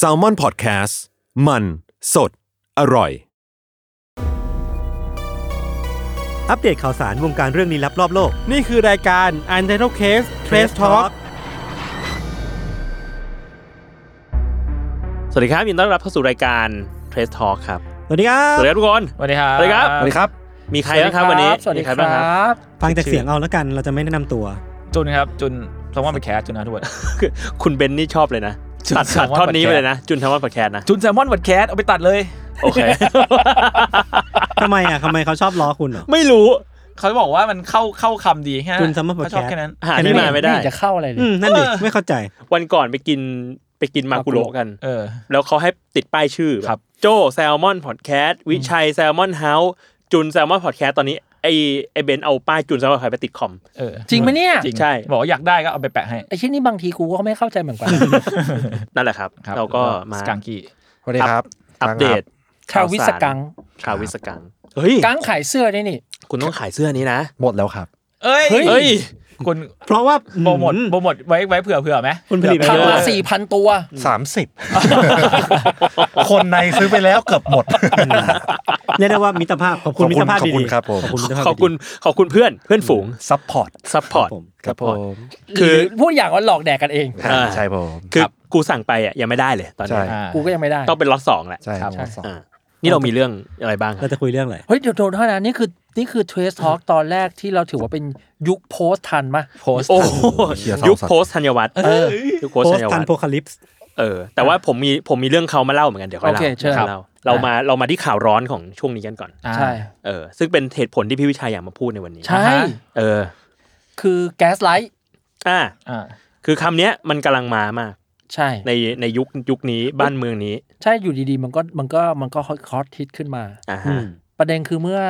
s a l m o n PODCAST มัน สด อร่อย อัปเดตข่าวสารวงการเรื่องนี้ลับรอบโลก นี่คือรายการ u n t i t l e Case Trace Talk สวัสดีครับยินดีต้อนรับเข้าสู่รายการ Trace Talk ครับ สวัสดีครั ส บ วัสดีครับทุกคน สวัสดีครับ สวัสดีครับ สวัสดีครับ มีใครบ้างครับวันนี้ สวัสดี มี ค ใคร ร บ้างครับ ับ ฟังจาก ชื่อ เสียงเอาแล้วกัน เราจะไม่แนะนำตัว จุนครับ จุนสมว่าเป็นแคสจุนนะทุกคน คุณเบนนี่ชอบเลยนะ จุน ตัด แซ ตัด ลมอน ท่อนนี้ไป พอดแคสต์ เลยนะ จุนทำวันพอดแคสต์นะ จุนแซลมอนวัดแคสเอาไปตัดเลย โอเค ทำไมอ่ะ ทำไมเขาชอบล้อคุณเหรอ ไม่รู้ เขาบอกว่ามันเข้าเข้าคำดีแค่ จุน Salmon เขาชอบ Podcast แค่นั้น หาที่มาไม่ได้ จะเข้าอะไรเลย อืม นั่นดิ ไม่เข้าใจ วันก่อนไปกินไปกินมากุโรกัน เออ แล้วเขาให้ติดป้ายชื่อ ครับ โจแซลมอนพอดแคสต์วิชัยแซลมอนเฮาส์จุนแซลมอนพอดแคสต์ตอนนี้ไอไอเบนเอาป้ายจุนแซลมอนพอดแคสต์ไปติดคอม เออ จริงไหมเนี่ย จริง ใช่ บอกว่าอยากได้ก็เอาไปแปะให้ ไอ้ชิ้นนี้บางทีกูก็ไม่เข้าใจเหมือนกัน นั่นแหละครับ ครับ เราก็มา สกังกี้ สวัสดีครับ อัปเดต ทราวิสกัง ทราวิสกังเฮ้ย กังขายเสื้อนี่นี่ คุณต้องขายเสื้อนี้นะ หมดแล้วครับ เอ้ย เฮ้ย เฮ้ย คุณ เพราะว่า โปรโมท อื โปรโมทไว้ไว้เผื่อเผื่อไหม คุณผลิตไป ทำ เย มา อะ สี่พันตัว 30 คนในซื้อไปแล้วเกือบ หมด เรียกได้ว่ามิตรภาพ ขอบคุณ ขอบ มิ คุตณรภาพดี ขอบคุณครับผม ขอบคุณมิตรภาพ ขอบคุณ ขอบคุณเพื่อน เพื่อนฝูง ซัพพอร์ต ซัพพอร์ต ผม ครับผม คือ หรืพูดอย่างว่าหลอกแดกกันเอง อ่า ใช่ผม คือกูสั่งไปอ่ะยังไม่ได้เลย ตอน ใช่ นี้ อ่า กูก็ยังไม่ได้ ต้องเป็นล็อตสองแหละ ใช่ ครับ ครับสอง อ่านี่เรามีเรื่องอะไรบ้างครั เรา บ จะคุยเรื่องอะไร เฮ้ยเดี๋ยวโดนเท่านั้นนี่คือนี่คือ Trace Talk ตอนแรกที่เราถือว่าเป็นยุคโพสทันมะ โพสต์ โอ้โหยุคโพสต์ธัญวัฒน์ยุคโพส โพ ต์ ส ธัญทัวัฒ น น์ โพคาลิปส์ เออ แต่ว่าผมมี ผมมีเรื่องเขามาเล่าเหมือนกัน เดี๋ยวค่อย โอเค เล่า เชิญ เดี๋ยวเล่า เรามา เรามาที่ข่าวร้อนของช่วงนี้กันก่อน อ่า ใช่ เออ ซึ่งเป็นเหตุผลที่พี่วิชัยอยากมาพูดในวันนี้ ใช่ อ่าฮะ เออ คือแก๊สไลท์ อ่า อ่า คือคำเนี้ยมันกำลังมามาก ใช่ ในในยุคยุคนี้บ้านเมืองนี้ ใช่อยู่ดีๆ มันก็มันก็มันก็ฮอตฮิตขึ้นมา อ่า อื ฮะ ม ประเด็นคือเมื่อ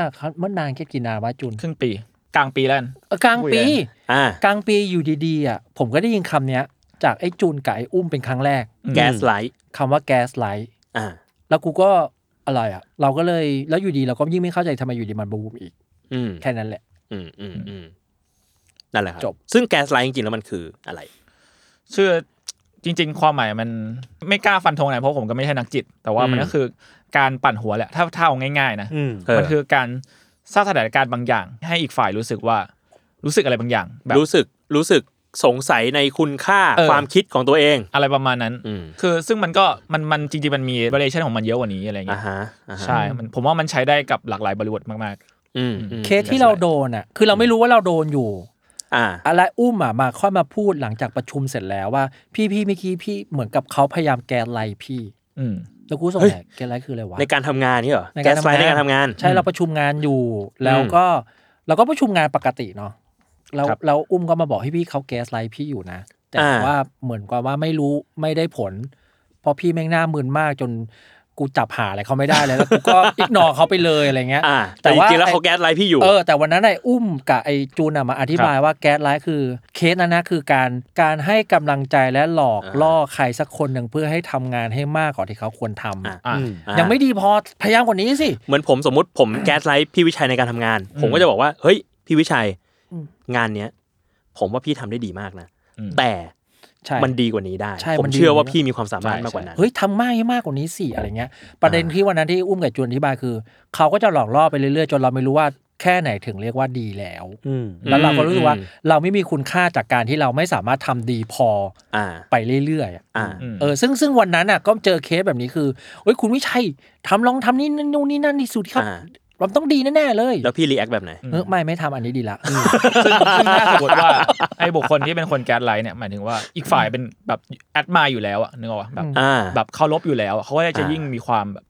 เมื่อนานแค่กี่นาวะจุน ครึ่งปี กลางปีแล้วกัน เออกลางปี คุยกัน อ่าก ลางปีอยู่ดีๆอ่ะผมก็ได้ยินคำเนี้ย จากไอ้จูนไก่อุ้มเป็นครั้งแรก แก๊สไลท์ คำว่าแก๊สไลท์ อ่า แล้วกูก็อะไรอ่ะ เราก็เลยแล้วอยู่ดีเราก็ยิ่งไม่เข้าใจทำไมอยู่ดีมันบูมอีก อืม แค่นั้นแหละ อืมอืมอืมนั่นแหละครับ จบ ซึ่งแก๊สไลท์จริงๆแล้วมันคืออะไร ชื่อจริง ๆ ความหมายมันไม่กล้าฟันธงอะไรเพราะผมก็ไม่ใช่นักจิต แต่ว่ามัน อืม ก็คือการปั่นหัวแหละถ้าถ้าเอาง่ายๆนะ อืม เออ มันคือการสร้างสถานการณ์บางอย่าง ให้อีกฝ่ายรู้สึกว่ารู้สึกอะไรบางอย่าง แบบ รู้สึกรู้สึกสงสัยในคุณค่า เออ ความคิดของตัวเอง อะไรประมาณนั้น อืม คือซึ่งมันก็มันมันจริงๆมันมี variation ของมันเยอะกว่านี้อะไร อ่า เงี้ย ฮะอ่าฮะ ใช่มันผมว่ามันใช้ได้กับหลากหลายบริบทมาก อืมอืม เคสที่เราโดนอ่ะ คือเราไม่รู้ว่าเราโดนอยู่ อ่า อะไรอุ้มอ่ะมาค่อยมาพูดหลังจากประชุมเสร็จแล้วว่า พี่พี่เมื่อกี้พี่เหมือนกับเขาพยายามแกสไลท์พี่ ๆ อืม แล้วกูสง เฮ้ย สัยแกสไลท์คืออะไรวะ ในการทำงานนี่เหรอ ใน แก๊ การ สไลท์ในกาทำงานรทำงาน ใช่เราประชุมงานอยู่ แล้วก็เราก็ประชุมงานปกติเนาะแล้ว ครับ เราอุ้มก็มาบอกให้พี่เขาแก๊สไลท์พี่อยู่นะ แต่ อ่า ว่าเหมือนกับว่าไม่รู้ไม่ได้ผล เพราะพี่แม่งหน้ามึนมากจนกูจับหาอะไรเขาไม่ได้เลยแล้วกูก็ อิกนอเขาไปเลยอะไรเงี้ย อ่า แต่ แต่ จ ว่า ริงๆแล้วเขาแก๊สไลท์พี่อยู่ เออแต่วันนั้นไอ้อุ้มกับไอ้จูนอะมาอธิบายว่าแก๊สไลท์คือเคสนั้นนะคือการการให้กำลังใจและหลอกล่อใครสักคนหนึ่งเพื่อให้ทำงานให้มากกว่าที่เขาควรทำ ะ อ่ะ อืม อ่ะ ยังไม่ดีพอพยายามกว่านี้สิ เหมือนผมสมมติผมแก๊สไลท์พี่วิชัยในการทำงาน ผมก็จะบอกว่าเฮ้ยพี่วิชัย อืม งานเนี้ยผมว่าพี่ทำได้ดีมากนะ อืม แต่ ใช่ มันดีกว่านี้ได้ ใช่ ผม มันดี เชื่อก ว่า ว่า นี้ พี่มีความสามารถมากกว่านั้น เฮ้ยทำมากให้มากกว่านี้สิอะไรเงี้ย ประเด็นที่วันนั้นที่อุ้มกับจูนอธิบายคือ เขาก็จะหลอกล่อไปเรื่อยๆ จนเราไม่รู้ว่าแค่ไหนถึงเรียกว่าดีแล้ว อืม แล้วเราก็รู้สึกว่า อืม เราไม่มีคุณค่าจากการที่เราไม่สามารถทำดีพอ อ่า ไปเรื่อยๆอะ อ่า ม เออซึ่งซึ่งวันนั้นอ่ะก็เจอเคสแบบนี้คือเฮ้ยคุณวิชัยทำลองทำนี่นั่นนู่นนี่นั่นดีสุดครับ อ่า เราต้องดีแน่ๆเลย แล้วพี่รีแอคแบบไหน เออไม่ไม่ทำอันนี้ดีละ ซึ่งซึ่งถ้าสมมติว่าไอ้บุคคลที่เป็นคนแก๊สไลท์เนี่ยหมายถึงว่าอีกฝ่ายเป็นแบบแอดมายอยู่แล้วอะนึกออกปะแบบ อ่า แบบเคารพอยู่แล้วอะเขาก็จะ อ่ายิ่ ยิ่งมีความแบบ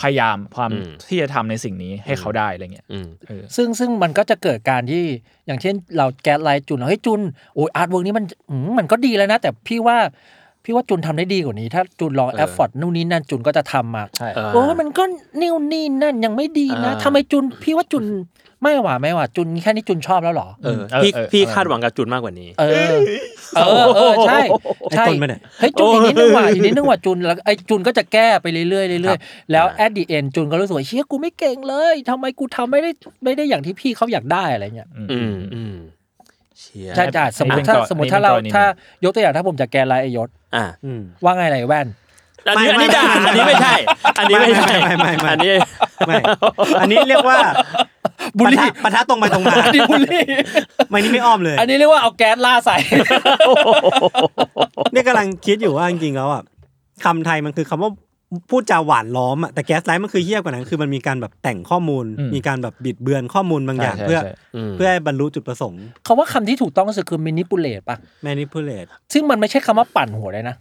พยายามความ อืม ที่จะทำในสิ่งนี้ให้เขาได้อะไรเงี้ย อืม เออ ซึ่งซึ่งมันก็จะเกิดการที่อย่างเช่น เราแก๊สไลท์จุนเฮ้ยจุนโอ้ยอาร์ตเวิร์กนี้มันอืมมันก็ดีแล้วนะ แต่พี่ว่า พี่ว่าจุนทำได้ดีกว่านี้ ถ้าจุนลอง เออ แอฟฟอร์ดนู่นนี่นั่นจุนก็จะทำมา ใช่ เออ โอ้ยมันก็นิ่วนี่นั่นยังไม่ดีนะ อ่า ทำไมจุนพี่ว่าจุนไม่หว่าไม่หว่าจุนแค่นี้จุนชอบแล้วเหรอ เออ เออ พี่ เออ พี่คาดหวังกับจุนมากกว่านี้ เออ เออเออใช่ ไอ้ ใช่ ต้นมันเนี่ย เฮ้ยจุนอีกนิดนึงว่ะอีกนิดนึงว่ะจุนแล้วไอ้จุนก็จะแก้ไปเรื่อยๆเรื่อยๆแล้ว at the end จุนก็รู้สึกว่าเชี่ยกูไม่เก่งเลยทำไมกูทำไม่ได้ไม่ได้อย่างที่พี่เขาอยากได้อะไรเงี้ย อืม อืมอืมเชีย ใช่ใช่สมมติถ้า อันนี้เป็นกรณี สมมติถ้าเรา อันนี้เป็นกรณี ถ้ายกตัวอย่างถ้าผมจะแกนไลน์ไอยศ อ่ะ อืม ว่าไงไรแว่น อันนี้อัน ไม่ นี้ด่าอันนี้ไม่ใช่ อันนี้ไม่ใช่ ไม่ไม่ไม่ไม่ อันไม่ อันนี้นี้เรียกว่า บุลลี่ ปะทะปะทะตรงไปตรงมา อันนี้บุลลี่ ไม่นี่ไม่อ้อมเลย อันนี้เรียกว่าเอาแก๊สล่าใส่ เนี่ยกำลังคิดอยู่ว่าจริงๆแล้วอ่ะคำไทยมันคือคำว่าพูดจาหวานล้อมอ่ะแต่แก๊สไลท์มันคือเหี้ยกว่านั้นคือมันมีการแบบแต่งข้อมูล อืม มีการแบบบิดเบือนข้อมูลบางอย่างเพื่อ ใช่ใช่ เพื่อให้บรรลุจุดประสงค์ เขาว่าคำที่ถูกต้องก็คือ manipulate ป่ะ แมนิพูเลต ซึ่งมันไม่ใช่คำว่าปั่นหัวเลยนะ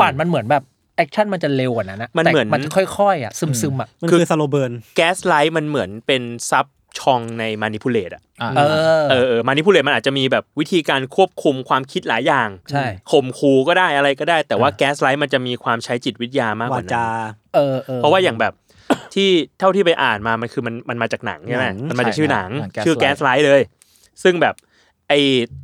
ปั่นมันเหมือนแบบแอคชั่นมันจะเร็วกว่านั้นนะ มัน แต่ เหมือน มันค่อยๆอ่ะซึมๆอ่ะ มัน คือ คือสโลเบิร์น แก๊สไลท์มันเหมือนเป็นซับชองในมานิพูเลตอ่ะ อ่า เออ เออเออมานิพูเลตมันอาจจะมีแบบวิธีการควบคุมความคิดหลายอย่าง ใช่ ข่มขู่ก็ได้อะไรก็ได้ แต่ว่าแก๊สไลท์มันจะมีความใช้จิตวิทยามากก วา ว่านั้น จา เออเออ เพราะว่าอย่างแบบ ที่เท่าที่ไปอ่านมามันคือมันมันมาจากหนังใช่ไหม หนัง มันมาจากชื่อหนัง หนัง Gaslight ชื่อแก๊สไลท์เลย ซึ่งแบบไอ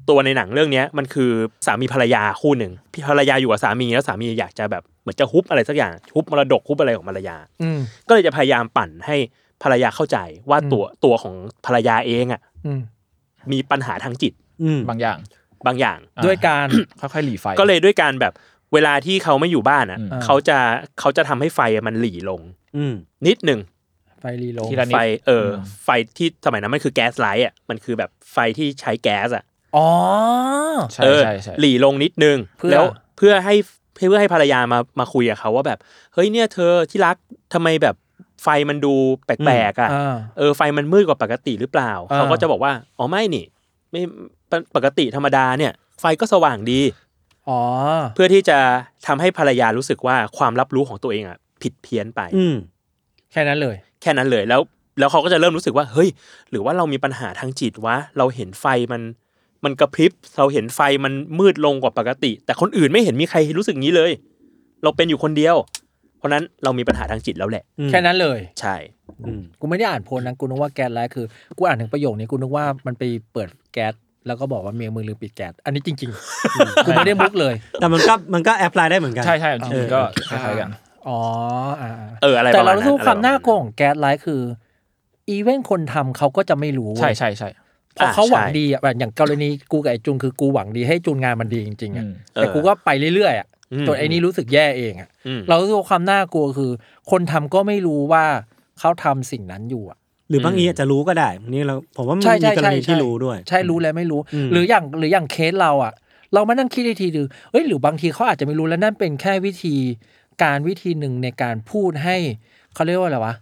ตัวในหนังเรื่องเนี้ยมันคือสามีภรรยาคู่หนึ่งพี่ภรรยาอยู่กับสามีแล้วสามีอยากจะแบบเหมือนจะฮุบอะไรสักอย่างฮุบมรดกฮุบอะไรของภรรยา อืม ก็เลยจะพยายามปั่นให้ภรรยาเข้าใจว่าตัวตัวของภรรยาเองอ่ะ อืม มีปัญหาทางจิต อืม บางอย่าง บางอย่าง อ่ะ ด้วยการ ค่อยๆหลีไฟ ก็เลยด้วยการแบบเวลาที่เขาไม่อยู่บ้านอ่ะ อืม เขาจะเขาจะทำให้ไฟอะมันหลีลง อืม นิดหนึ่ง ไฟรีโหลด ทีละนิด ไฟเอออ ม ไฟที่สมัยนั้นมันคือแก๊สไลท์อ่ะมันคือแบบไฟที่ใช้แก๊สอ่ะ อ๋อ ใช่ เออ ใช่ใช่ หลีลงนิดนึง เพื่อ แล้วเพื่อให้เพื่อให้ภรรยามามาคุยกับเขาว่าแบบ เฮ้ยเนี่ยเธอที่รักทำไมแบบไฟมันดูแปลกๆอ่ะ อ่า เออไฟมันมืดกว่าปกติหรือเปล่า อ่า เขาก็จะบอกว่าอ๋อไม่นี่ ไม่ปปกติธรรมดาเนี่ย ไฟก็สว่างดี อ๋อ เพื่อที่จะทำให้ภรรยารู้สึกว่าความรับรู้ของตัวเองอ่ะผิดเพี้ยนไป อืม แค่นั้นเลย แค่นั้นเลยแล้วแล้วเขาก็จะเริ่มรู้สึกว่าเฮ้ย หรือว่าเรามีปัญหาทางจิตวะเราเห็นไฟมัน มันกระพริบเราเห็นไฟมันมืดลงกว่าปกติ แต่คนอื่นไม่เห็นมีใครรู้สึกงี้เลย เราเป็นอยู่คนเดียว เพราะนั้นเรามีปัญหาทางจิตแล้วแหละ อืม แค่นั้นเลย ใช่ อืม กูไม่ได้อ่านโพลนะกูนึกว่าแก๊สไลท์คือ กูอ่านถึงประโยคนี้กูนึกว่ามันไปเปิดแก๊สแล้วก็บอกว่าเมียมึงลืมปิดแก๊สอันนี้จริงๆกูไม่ได้มุกเลย แต่มันก็มันก็แอพพลายได้เหมือนกัน ใช่ใช่จริงๆก็ค เออ ล้ายๆกัน อ๋ออ่า เอออะไร แต่ ประ เรา มาณนั้น รู้ความ อะไรประณ น่ากลัวของแก๊สไลท์คือ อีเวนคนทำเขาก็จะไม่รู้เว้ย ใช่ใช่ใช่ เพราะเขาหวัง อ่ใช่ ดีอ่ะแบบอย่างกรณีกูกับไอ้จุนคือกูหวังดีให้จุนงานมันดีจริงๆ อื อ่ะ ม แต่กูก็ไปเรื่อยๆอ่ะ อืม จนไอ้นี่รู้สึกแย่เองอ่ะ อืม เรารู้สึกว่าความน่ากลัวคือ คนทำก็ไม่รู้ว่าเขาทำสิ่งนั้นอยู่อะ หรือบางทีอาจจะรู้ก็ได้นี่เราผมว่ามัน ใช่ใช่ มีกรณี ใช่ใช่ ที่รู้ด้วย ใช่รู้และไม่รู้ อืม หรืออย่างหรืออย่างเคสเราอะเรามานั่งคิดอีกทีดูเอ้ยหรือบางทีเขาอาจจะไม่รู้และนั่นเป็นแค่วิธี การวิธีหนึ่งในการพูดให้เขาเรียกว่าอะไรวะ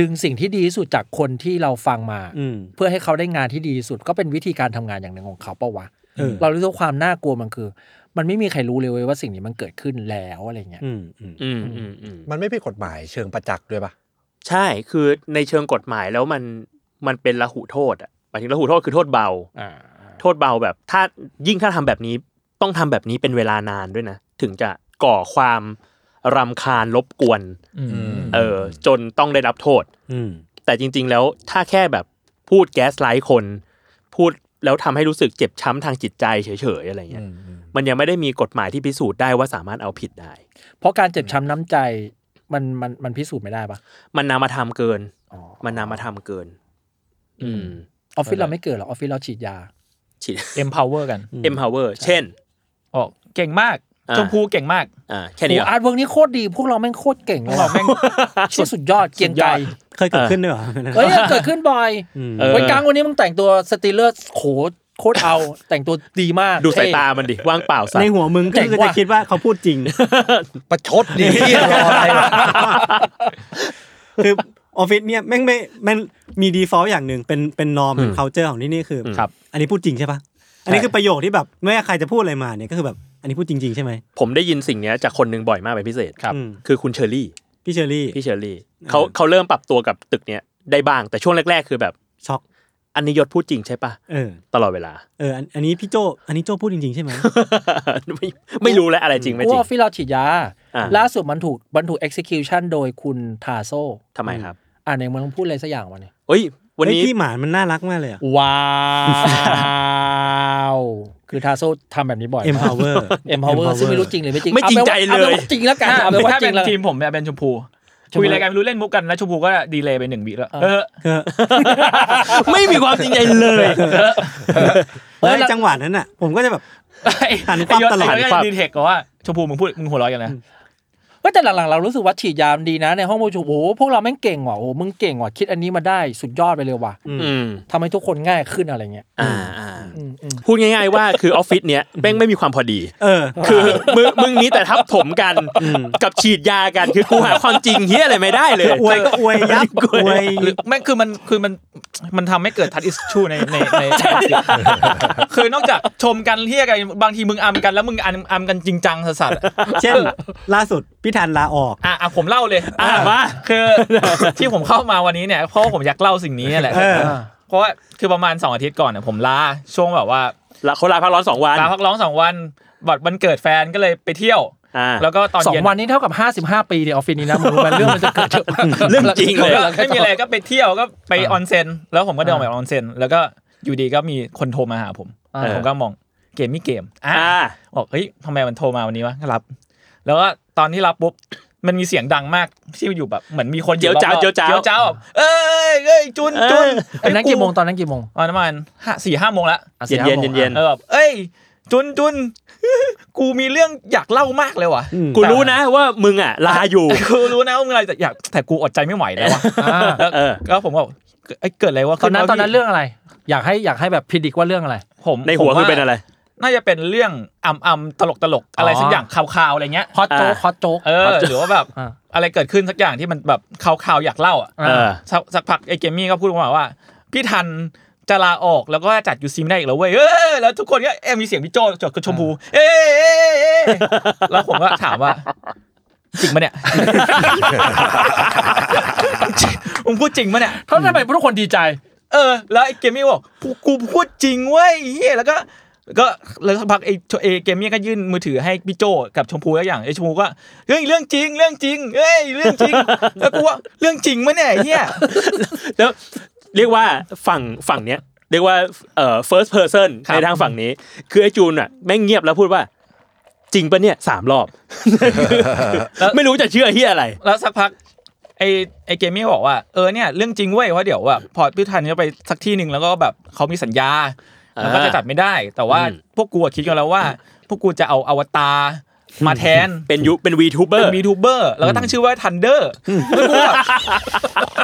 ดึงสิ่งที่ดีที่สุดจากคนที่เราฟังมา อืม เพื่อให้เขาได้งานที่ดีที่สุดก็เป็นวิธีการทำงานอย่างหนึ่งของเขาเปะวะ เออ เรารู้สึกว่าความน่ากลัวมันคือ มันไม่มีใครรู้เลยเว้ยว่าสิ่งนี้มันเกิดขึ้นแล้วอะไรเงี้ย อืมอืม อืมอืมอืม มันไม่ผิดกฎหมายเชิงประจักษ์ด้วยปะ ใช่คือในเชิงกฎหมายแล้วมันมันเป็นละหุโทษอ่ะหมายถึงละหุโทษคือโทษเบา โทษเบาแบบถ้ายิ่งถ้าทำแบบนี้ต้องทำแบบนี้เป็นเวลานานด้วยนะ ถึงจะก่อความรำคาญรบกวน อืม เออจนต้องได้รับโทษ อืม แต่จริง ๆ แล้วถ้าแค่แบบพูดแก๊สไลท์คน พูดแล้วทำให้รู้สึกเจ็บช้ำทางจิตใจเฉยๆอะไรเงี้ยมันยังไม่ได้มีกฎหมายที่พิสูจน์ได้ว่าสามารถเอาผิดได้ เพราะการเจ็บช้ำน้ำใจมันมันมันพิสูจน์ไม่ได้ปะ มันนามธรรมเกิน อ๋อ มันนามธรรมเกิน อืม ออฟฟิศเราไม่เกิดหรอกออฟฟิศเราฉีดยา ฉีด เอ็มพาวเวอร์กัน empower เช่น ออกเก่งมาก อ่า ชมพูเก่งมาก อ่าแค่นี้เหร โอ้ อ อาร์ตเวิร์กนี้โคตรดี พวกเราแม่งโคตร เก่งเลย เราแม่ง เชี่ยสุดยอดเกรียงไกร เคยเกิดขึ้นด้วยเหรอ เฮ้ยเกิดขึ้นบ่อย อืม เออ ไว้กลางวันนี้มึงแต่งตัวสตีลเลอร์โขโคตรเอา แต่งตัวดีมาก ดูสายตา เท่ มันดิว่างเปล่าสัต ใน ว์ หัวมึงก็ เจ๋ง คือ ว่ะ จะคิดว่าเขาพูดจริง ประชดดีที่รออะไรวะ คือออฟฟิศเนี่ยแม่งไม่แม่งมีดีฟอลต์อย่างหนึ่งเป็นเป็นนอมเป็น c u เจอร์ของที่นี่คือ ครับ อันนี้พูดจริงใช่ปะอันนี้คือประโยคที่แบบไม่ว่าใครจะพูดอะไรมาเนี่ยก็คือแบบอันนี้พูดจริง ๆ ใช่ไหม ผมได้ยินสิ่งเนี้ยจากคนหนึ่งบ่อยมากเป็นพิเศษ ครับ อืม คือคุณเชอรี่ พี่เชอรี่ พี่เชอรี่เขาเขาเริ่มปรับตัวกับตึกเนี้ยได้บ้างแต่ช่วงแรก ๆ คือแบบ ช็อก อันนี้ยศพูดจริงใช่ปะ เออ ตลอดเวลา เอออันอันนี้พี่โจอันนี้โจพูดจริงๆใช่ไหม ไม่ไม่รู้แล้วอะไรจริงไม่ อ้ จริง วกฟิลอฉีดยา อ่า ล่าสุดมันถูกมันถูก execution โดยคุณทาโซ ทำไมครับ อ่านเองมันต้องพูดอะไรสักอย่างวะเนี่ย เอ้ย วันนี้ เฮ้ยพี่หมามันน่ารักมากเลยอะ ว้าว คือทาโซทำแบบนี้บ่อย empower empower ซึ่งไม่รู้จริงหรือไม่จริง ไม่จริงใจ อา เลยป็นว่าจริงแล้วกันเอา ถ้า เป็นว่า ถ้า จริ เป็นงแล้ว ทีมผมเนี่ยเป็นชมพูคุยอะไรกันไม่รู้เล่นมุกกันแล้วชมพูก็ดีเลยไปหนึ่งวิแล้วเออ คือ ไม่มีความจริงใจเลย แล้วไอ้จังหวะนั้นอ่ะ ผมก็จะแบบ หันความตลอด ไอ้ยศไอ้ยศยังดีเทคก็ว่าชมพูมึงพูดมึงหัวเร้อยกันนะ เฮ้ยแต่หลังๆเรารู้สึกว่าฉีดยามนดีนะ ในห้องประชุมโอ้โหพวกเราแม่งเก่งว่ะโอ้โหมึงเก่งว่ะคิดอันนี้มาได้สุดยอดไปเลยว่ะ อืม ทำให้ทุกคนง่ายขึ้นอะไรเงี้ย อ่าอ่า อืมอืม พูดง่าย ๆ ว่าคือออฟฟิศเนี้ยแม่งไม่มีความพอดี เออ คือมึงมึงนี้แต่ทับถมกันกับฉีดยากันคือกูหาความจริงเฮียอะไรไม่ได้เลย อวยก็อวยยับอวย หรือแม่งคือมันคือมันมันทำให้เกิดทัดอิสชูในในในคือนอกจากชมกันเที่ยกันบางทีมึงอัมกันแล้วมึงอัมอัมกันจริงจังสัสๆอะ เช่น ล่าสุดพี่ทันลาออก อ่ะอ่ะผมเล่าเลย อ่ะมา คือที่ผมเข้ามาวันนี้เนี่ยเพราะว่าผมอยากเล่าสิ่งนี้แหละ เออ เพราะว่าคือประมาณสองอาทิตย์ก่อนเนี่ยผมลาช่วงแบบว่า ละเขาลาพักร้อนสองวัน ลาพักร้องสองวันบัตรวันเกิดแฟนก็เลยไปเที่ยว อ่า แล้วก็ตอน สอง เย็น วันนี้เท่ากับ 55 ปีในออฟฟิศนี้นะมึงรู้ไหมเรื่องมันจะเกิดเยอะมาก เรื่องจริงเลย ไม่มีอะไรก็ไปเที่ยวก็ไปออนเซ็นแล้วผมก็เดินออกไปออนเซ็นแล้วก็อยู่ดีก็มีคนโทรมาหาผม อ่า ผมก็มองเกมมี่เกมอ่า อ่า บอกเฮ้ยทำไมมันโทรมาวันนี้วะก็รับ แล้วก็ตอนที่รับปุ๊บมันมีเสียงดังมากที่อยู่แบบเหมือนมีคนอ เจียวจ้าว รอบๆ เจียวจ้าว เจียวจ้าวแบบเอ้ยเอ้ยจุนจุน ไอ้นั้นกี่โมงตอนนั้นกี่โมง ตอนนั้นประมาณห้าสี่ห้าโมงละ อ่ะสี่ห้าโมง เย็นๆเย็น เออแบบเอ้ยจุน จุน กูมีเรื่องอยากเล่ามากเลยว่ะ อืม กูรู้นะว่ามึงอ่ะลาอยู่ กูรู้นะว่ามึงอะไรแต่อยากแต่กูอดใจไม่ไหวแล้วว่ะ อ่า แล้ว เออ ก็ผมก็บอกเอ้ยเกิดอะไรวะ ตอนนั้น ขึ้ว ตอนนั้น พี่ เรื่องอะไร อยากให้อยากให้แบบพิดิกว่าเรื่องอะไร ผม ในหัว ผม คือเป็นอะไร น่าจะเป็นเรื่องอ่ำอ่ำตลกตลกอะไร อ๋อ สักอย่างข่าวๆอะไรเงี้ย ฮอตโจ๊ก อ่า ฮอตโจ๊ก เออหรือว่าแบบ อ่า อะไรเกิดขึ้นสักอย่างที่มันแบบข่าวๆอยากเล่าอ่ะ เออ สักสักพักไอ้เกมมี่ก็พูดมาว่าพี่ทันจะลาออกแล้วก็จัดยูซีไม่ได้อีกแล้วเว้ยเออแล้วทุกคนก็เอยมีเสียงพี่โจจดกระชมพู เอ้ยเอ้ยเอ้ยเอ้ยแล้วผมก็ถามว่า จริงปะเนี่ย มึงพูดจริงปะเนี่ย เพราะทำไมทุกคนดีใจ เออ แล้วไอ้เกมมี่บอกกูกูพูดจริงเว้ยเฮียแล้วก็ ก็แล้วสักพักไอ้โชไอ้เกมมี่ก็ยื่นมือถือให้พี่โจกับชมพูแล้วอย่างไอ้ชมพูก็เฮ้ยเรื่องจริง เรื่องจริงเฮ้ยเรื่องจริง แล้วกูว่าเรื่องจริงมะเนี่ยไอ้เฮีย แล้วเรียกว่าฝั่งฝั่งเนี้ยเรียกว่าเอ่อ first person ในทางฝั่งนี้ คือไอ้จูนอ่ะแม่งเงียบแล้วพูดว่า จริงปะเนี่ยสามรอบ ไม่รู้จะเชื่อเฮียอะไร แล้วสักพักไอ้ไอ้เกมมี่บอกว่าเออเนี่ยเรื่องจริงเว้ยเพราะเดี๋ยวแบบพอพี่ทันจะไปสักที่หนึ่งแล้วก็แบบเขามีสัญญาแล้วก็จะจัดไม่ได้ แต่ว่า อืม พวกกูอะคิดกันแล้วว่า พวกกูจะเอาอวตารมาแทน เป็นยุเป็นวีทูเบอ เป็ ร์ น v ีทูเบอร์แล้วก็ตั้งชื่อว่าทันเดอร์แล้วกูแบบ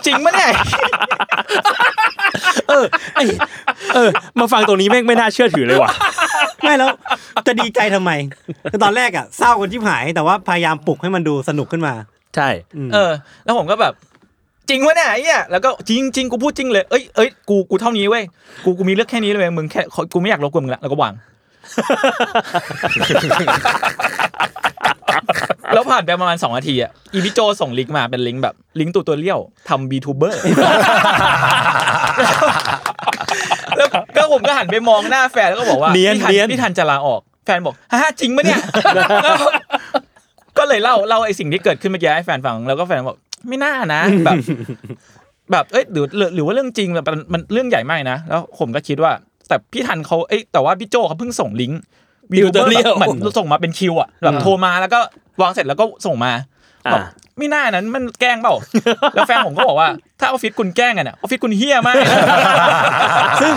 จริงไหมเนี่ย เออมาฟังตรงนี้แม่งไม่น่าเชื่อถือเลยว่ะ ไม่แล้ว จะดีใจทำไมคือตอนแรกอ่ะเศร้ากันที่หาย แต่ว่าพยายามปลุกให้มันดูสนุกขึ้นมา ใช่ อืม เออ แล้วผมก็แบบ จริงวะเนี่ยไอ้เนี่ยแล้วก็จริงจริงกูพูดจริงเลยเอ้ยเอ้ยกูกูเท่านี้เว้ยกูกูมีเรื่องแค่นี้เลยเว้ยมึงแค่ขอกูไม่อยากรบกวนมึงละแล้วก็วาง แล้วผ่านไปประมาณสองนาทีอ่ะอีพิโจส่งลิงก์มาเป็นลิงก์แบบลิงก์ตัวตัวเลี้ยวทำบีทูเบอร์ แล้วก็ผมก็หันไปมองหน้าแฟนแล้วก็บอกว่า เนียน พี่ทั เนียน พี่ทันจะลาออก แฟนบอกฮ่าจริงปะเนี่ย แล้วก็เลยเล่าเล่าไอ้สิ่งที่เกิดขึ้นเมื่อกี้ให้แฟนฟังแล้วก็แฟนบอกไม่น่านะ แบบ แบบเอ้ยหรือหรือหรือว่าเรื่องจริงแบบมันมันเรื่องใหญ่มากนะแล้วผมก็คิดว่า แต่พี่ทันเขาเอ้ยแต่ว่าพี่โจเขาเพิ่งส่งลิงก์วิดีโอแบบเหมือนส่งมาเป็นคิวอ่ะแบบโทรมาแล้วก็วางเสร็จแล้วก็ส่งมา อ่า แบบไม่น่านั้นมันแกล้งเป ล่า แล้วแฟนผมก็บอกว่า ถ้าออฟฟิศคุณแกล้งกันอ่ะออฟฟิศคุณเฮี้ยมาก ซึ่ง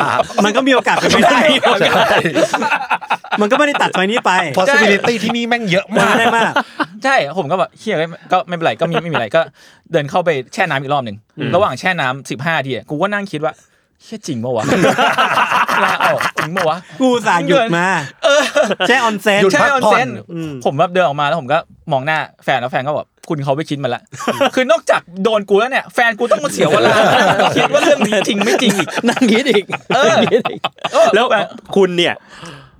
มันก็มีโอกาสเป็นไปได้ มันก็ไม่ได้ตัดไฟนี้ไป possibility ที่นี่แม่งเยอะ มัน มาก ไม่ได้มาก ใช่ผมก็แบบเฮี้ยไม่ก็ไม่เป็นไรก็มีไม่มีอะไรก็ เดินเข้าไปแช่น้ำอีกรอบหนึ่งระหว่างแช่น้ำสิบห้าทีอะกูก็นั่งคิดว่าเฮี้ยจริง ปะวะ ลาออกจริงปะวะ กูสาหยุดมา เออ แช่ออนเซน หยุด ใช่ พัก ออน ผ่อน เซน อืม ผมแบบเดินออกมาแล้วผมก็มองหน้าแฟนแล้วแฟนก็แบบคุณเขาไปคิดมาละ คือนอกจากโดนกูแล้วเนี่ยแฟนกูต้องมาเสียเวลา คิดว่าเรื่องนี้จริงไม่จริงอีก นั่งคิดอีก เออเออ แล้วคุณเนี่ย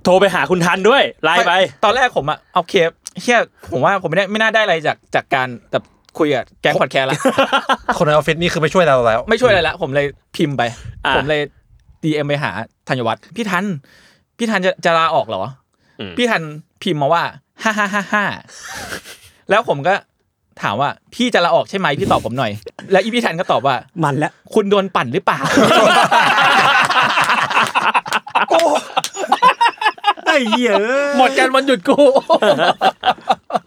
โทรไปหาคุณทันด้วยไลน์ไป ตอนแรกผมอะโอเคเฮียผมว่าผมไม่ได้ไม่น่าได้อะไรจากจากการแบบคุยกับแก๊งพอดแคสต์ละ คนในออฟฟิศนี่คือไม่ช่วยเราแล้ว ไม่ช่วยอะไรละผมเลยพิมพ์ไป อ่า ผมเลย ดีเอ็มไปหาธัญวัฒน์พี่ทัน พี่ทันจะจะลาออกเหรอ อืม พี่ทันพิมพ์มาว่าฮ่าฮ่าฮ่าฮ่าแล้วผมก็ถามว่า พี่จะลาออกใช่ไหมพี่ตอบผมหน่อย แล้วอีพี่ทันก็ตอบว่า มันแล้ว คุณโดนปั่นหรือเปล่า ไอ้เหี้ยเอ้ย หมดกันวันหยุดกู